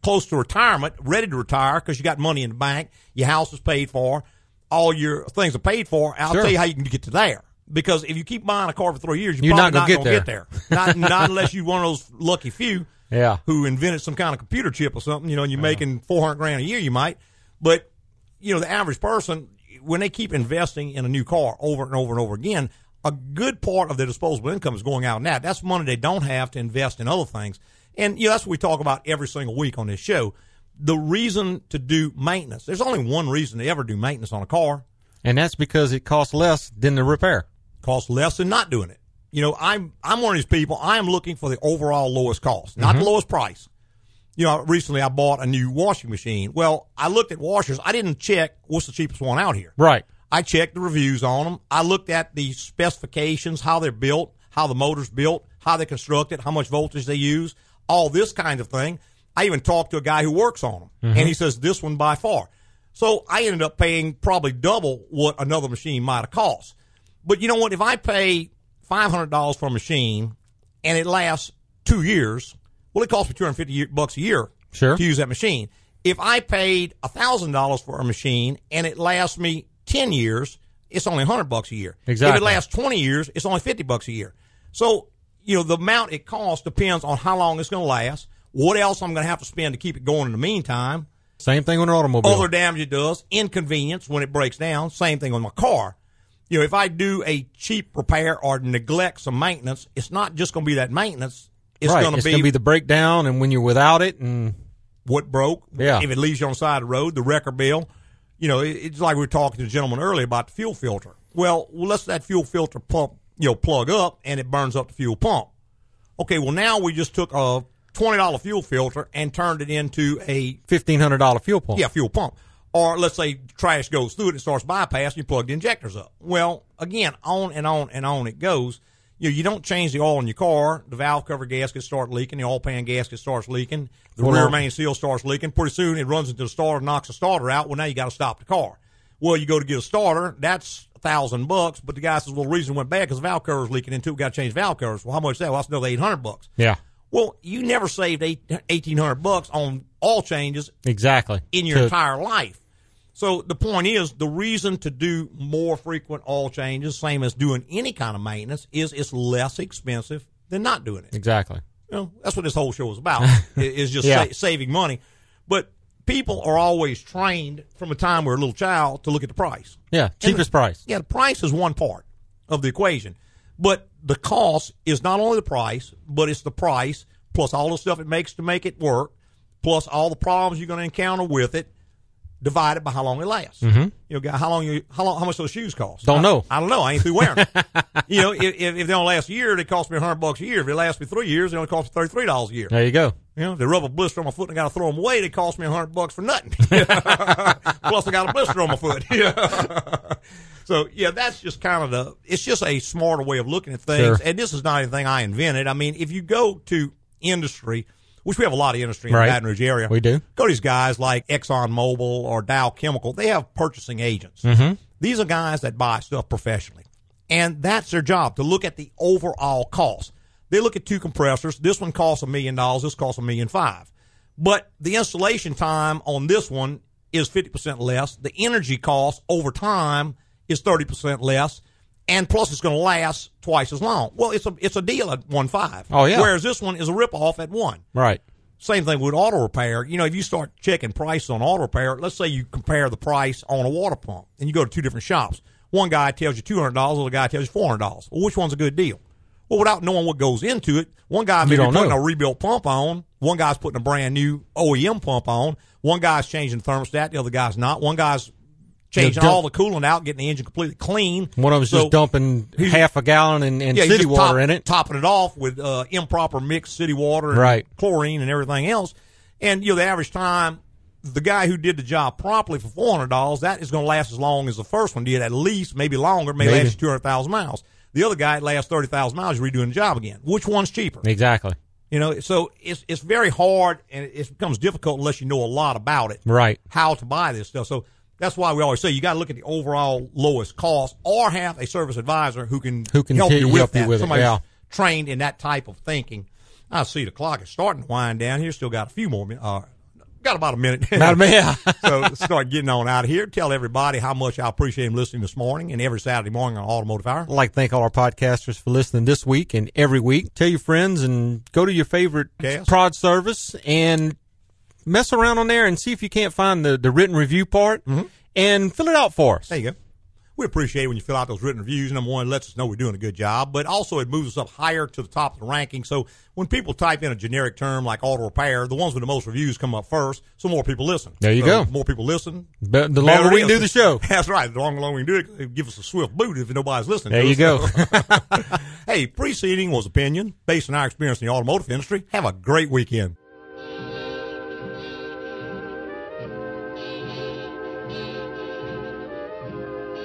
[SPEAKER 1] close to retirement, ready to retire because you got money in the bank, your house is paid for, all your things are paid for. I'll
[SPEAKER 2] Sure.
[SPEAKER 1] tell you how you can get to there. Because if you keep buying a car for three years, you're,
[SPEAKER 2] You're
[SPEAKER 1] probably
[SPEAKER 2] not gonna
[SPEAKER 1] gonna
[SPEAKER 2] get there.
[SPEAKER 1] not, not unless you're one of those lucky few
[SPEAKER 2] Yeah.
[SPEAKER 1] who invented some kind of computer chip or something. You know, and you're making 400 grand a year, you might. But, you know, the average person, when they keep investing in a new car over and over and over again, a good part of their disposable income is going out in that. That's money they don't have to invest in other things. And, you know, that's what we talk about every single week on this show. The reason to do maintenance, there's only one reason to ever do maintenance on a car
[SPEAKER 2] And that's because it costs less than the repair.
[SPEAKER 1] costs less than not doing it. You know, I'm I'm one of these people. I am looking for the overall lowest cost, not the lowest price. You know, recently I bought a new washing machine. Well, I looked at washers. I didn't check what's the cheapest one out here.
[SPEAKER 2] Right.
[SPEAKER 1] I checked the reviews on them. I looked at the specifications, how they're built, how the motor's built, how they're constructed, how much voltage they use, all this kind of thing. I even talked to a guy who works on them, and he says this one by far. So I ended up paying probably double what another machine might have cost. But you know what? If I pay five hundred dollars for a machine and it lasts two years, well, it costs me two hundred fifty bucks a year
[SPEAKER 2] Sure.
[SPEAKER 1] to use that machine. If I paid thousand dollars for a machine and it lasts me ten years, it's only hundred bucks a year. If
[SPEAKER 2] Exactly.
[SPEAKER 1] it lasts twenty years, it's only fifty bucks a year. So you know the amount it costs depends on how long it's going to last, what else I'm going to have to spend to keep it going in the meantime,
[SPEAKER 2] Same thing with an automobile.
[SPEAKER 1] other damage it does, inconvenience when it breaks down. Same thing on my car. You know, if I do a cheap repair or neglect some maintenance, it's not just going to be that maintenance. It's
[SPEAKER 2] right.
[SPEAKER 1] going to
[SPEAKER 2] it's going to be the breakdown and when you're without it and
[SPEAKER 1] what broke.
[SPEAKER 2] Yeah.
[SPEAKER 1] If it leaves you on the side of the road, the wrecker bill. You know, it- it's like we were talking to the gentleman earlier about the fuel filter. Well, let's that fuel filter pump, you know, plug up and it burns up the fuel pump. Okay, well now we just took a twenty dollar fuel filter and turned it into a
[SPEAKER 2] $1,500 fuel pump.
[SPEAKER 1] yeah, fuel pump. Or let's say trash goes through it and starts bypassing, you plug the injectors up. Well, again, on and on and on it goes. You know, you don't change the oil in your car, the valve cover gasket starts leaking, the oil pan gasket starts leaking, the
[SPEAKER 2] Well,
[SPEAKER 1] rear
[SPEAKER 2] no.
[SPEAKER 1] main seal starts leaking. Pretty soon it runs into the starter, knocks the starter out. Well, now you got to stop the car. Well, you go to get a starter, that's a thousand bucks, but the guy says, well, the reason it went bad because valve cover's leaking into it, got to change valve covers. Well, how much is that? Well, that's another 800 bucks.
[SPEAKER 2] Yeah.
[SPEAKER 1] Well, you never saved eight, 1800 bucks on all changes
[SPEAKER 2] Exactly.
[SPEAKER 1] in your
[SPEAKER 2] To-
[SPEAKER 1] entire life. So the point is, the reason to do more frequent oil changes, same as doing any kind of maintenance, is it's less expensive than not doing it.
[SPEAKER 2] Exactly.
[SPEAKER 1] You know, that's what this whole show is
[SPEAKER 2] [laughs]
[SPEAKER 1] about, i- is just
[SPEAKER 2] Yeah.
[SPEAKER 1] sa- saving money. But people are always trained from the time we're a little child to look at the price.
[SPEAKER 2] Yeah. Cheapest price.
[SPEAKER 1] Yeah, the price is one part of the equation, but the cost is not only the price, but it's the price plus all the stuff it makes to make it work, plus all the problems you're going to encounter with it, divided by how long it lasts. Mm-hmm. You know, how long you how long how much those shoes cost?
[SPEAKER 2] Don't know.
[SPEAKER 1] I don't know. I ain't through
[SPEAKER 2] [laughs]
[SPEAKER 1] wearing them. you know, if, if, if they don't last a year, they cost me hundred bucks a year. If they last me three years, they only cost me thirty three dollars a year.
[SPEAKER 2] There you go.
[SPEAKER 1] You know, if they rub a blister on my foot and I got to throw them away, they cost me a hundred bucks for
[SPEAKER 2] [laughs]
[SPEAKER 1] nothing. [laughs] Plus, I got a blister on my foot. Yeah. [laughs] so yeah, that's just kind of the. It's just a smarter way of looking at things.
[SPEAKER 2] Sure.
[SPEAKER 1] And this is not anything I invented. I mean, if you go to industry, which we have a lot of industry in
[SPEAKER 2] Right.
[SPEAKER 1] the Baton Rouge area,
[SPEAKER 2] We do.
[SPEAKER 1] Go to these guys like ExxonMobil or Dow Chemical. They have purchasing agents.
[SPEAKER 2] Mm-hmm.
[SPEAKER 1] These are guys that buy stuff professionally. And that's their job to look at the overall cost. They look at two compressors. This one costs a million dollars. This costs a million five. But the installation time on this one is 50% less. The energy cost over time is 30% less, and plus it's going to last twice as long. Well, it's a it's a deal at one five.
[SPEAKER 2] Oh, yeah.
[SPEAKER 1] Whereas this one is a ripoff at one.
[SPEAKER 2] Right.
[SPEAKER 1] Same thing with auto repair. You know, if you start checking price on auto repair, let's say you compare the price on a water pump and you go to two different shops. One guy tells you two hundred dollars, other guy tells you four hundred dollars. Well, which one's a good deal? Well, without knowing what goes into it, one guy
[SPEAKER 2] You
[SPEAKER 1] may be
[SPEAKER 2] don't
[SPEAKER 1] putting
[SPEAKER 2] know.
[SPEAKER 1] a rebuilt pump on, one guy's putting a brand new OEM pump on, one guy's changing the thermostat, the other guy's not, one guy's changing
[SPEAKER 2] dump-
[SPEAKER 1] all the coolant out, getting the engine completely clean.
[SPEAKER 2] One of them's
[SPEAKER 1] So-
[SPEAKER 2] just dumping
[SPEAKER 1] he's-
[SPEAKER 2] half a gallon and, and
[SPEAKER 1] yeah, you
[SPEAKER 2] city
[SPEAKER 1] just
[SPEAKER 2] water
[SPEAKER 1] top-
[SPEAKER 2] in it.
[SPEAKER 1] topping it off with uh, improper mixed city water, and
[SPEAKER 2] Right.
[SPEAKER 1] chlorine, and everything else. And you know, the average time, the guy who did the job promptly for four hundred dollars, that is going to last as long as the first one did, at least, maybe longer, may
[SPEAKER 2] Maybe.
[SPEAKER 1] last you two hundred thousand miles. The other guy it lasts thirty thousand miles, you're redoing the job again. Which one's cheaper?
[SPEAKER 2] Exactly.
[SPEAKER 1] You know, so it's it's very hard, and it becomes difficult unless you know a lot about it
[SPEAKER 2] Right.
[SPEAKER 1] how to buy this stuff. So that's why we always say you got to look at the overall lowest cost, or have a service advisor who can
[SPEAKER 2] Who can
[SPEAKER 1] help
[SPEAKER 2] t-
[SPEAKER 1] you with
[SPEAKER 2] help you
[SPEAKER 1] that.
[SPEAKER 2] with it,
[SPEAKER 1] Somebody
[SPEAKER 2] yeah.
[SPEAKER 1] trained in that type of thinking. I see the clock is starting to wind down here. Still got a few more. min- Uh, got about a minute.
[SPEAKER 2] [laughs] About a minute.
[SPEAKER 1] [laughs] so let's start getting on out of here. Tell everybody how much I appreciate them listening this morning and every Saturday morning on Automotive Hour.
[SPEAKER 2] I'd like to thank all our podcasters for listening this week and every week. Tell your friends and go to your favorite prod service and mess around on there and see if you can't find the, the written review part
[SPEAKER 1] Mm-hmm.
[SPEAKER 2] and fill it out for us.
[SPEAKER 1] There you go. We appreciate it when you fill out those written reviews. Number one, it lets us know we're doing a good job, but also it moves us up higher to the top of the ranking. So when people type in a generic term like auto repair, the ones with the most reviews come up first, so more people listen.
[SPEAKER 2] There you
[SPEAKER 1] So
[SPEAKER 2] go.
[SPEAKER 1] More people listen.
[SPEAKER 2] Be- the
[SPEAKER 1] better
[SPEAKER 2] longer
[SPEAKER 1] it
[SPEAKER 2] we can
[SPEAKER 1] is. [laughs]
[SPEAKER 2] do the show.
[SPEAKER 1] That's right. The longer, longer we can do it, it gives us a swift boot if nobody's listening.
[SPEAKER 2] There
[SPEAKER 1] to
[SPEAKER 2] you
[SPEAKER 1] us. [laughs]
[SPEAKER 2] [laughs]
[SPEAKER 1] hey, preceding was opinion based on our experience in the automotive industry. Have a great weekend.